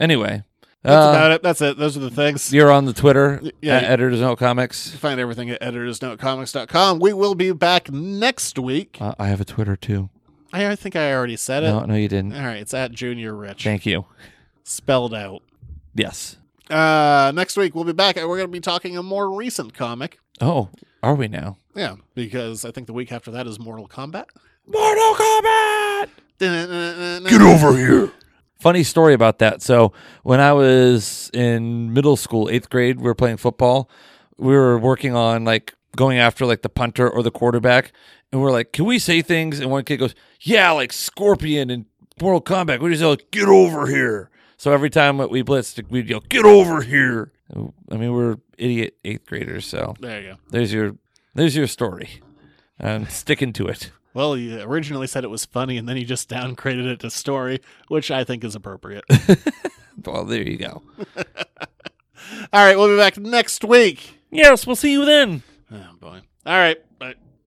[SPEAKER 6] Anyway,
[SPEAKER 5] That's
[SPEAKER 6] uh,
[SPEAKER 5] about it. That's it. Those are the things. You
[SPEAKER 6] you're on the Twitter
[SPEAKER 5] yeah.
[SPEAKER 6] at Editors Note Comics.
[SPEAKER 5] can find everything at editorsnotecomics.com. We will be back next week.
[SPEAKER 6] Uh, I have a Twitter too.
[SPEAKER 5] I, I think I already said it.
[SPEAKER 6] No, no, you didn't.
[SPEAKER 5] All right, it's at Junior Rich,
[SPEAKER 6] Thank you.
[SPEAKER 5] spelled out.
[SPEAKER 6] Yes.
[SPEAKER 5] Uh, next week we'll be back and we're going to be talking a more recent comic.
[SPEAKER 6] Oh, are we now?
[SPEAKER 5] Yeah, because I think the week after that is Mortal Kombat.
[SPEAKER 6] Mortal Kombat.
[SPEAKER 5] Get over.
[SPEAKER 6] Funny story about that. So when I was in middle school, eighth grade, we were playing football. We were working on like going after like the punter or the quarterback, and we're like, "Can we say things?" And one kid goes, "Yeah, like Scorpion and Mortal Kombat." We just yell, "Get over here!" So every time that we blitzed, we'd yell, "Get over here!" I mean, we're idiot eighth graders. So
[SPEAKER 5] There you go.
[SPEAKER 6] there's your there's your story. I'm sticking to it.
[SPEAKER 5] Well, you originally said it was funny and then you just downgraded it to story, which I think is [LAUGHS] appropriate.
[SPEAKER 6] Well, there you go.
[SPEAKER 5] All right, we'll be back next week.
[SPEAKER 6] Yes, we'll see you then.
[SPEAKER 5] Oh boy. All right. Bye.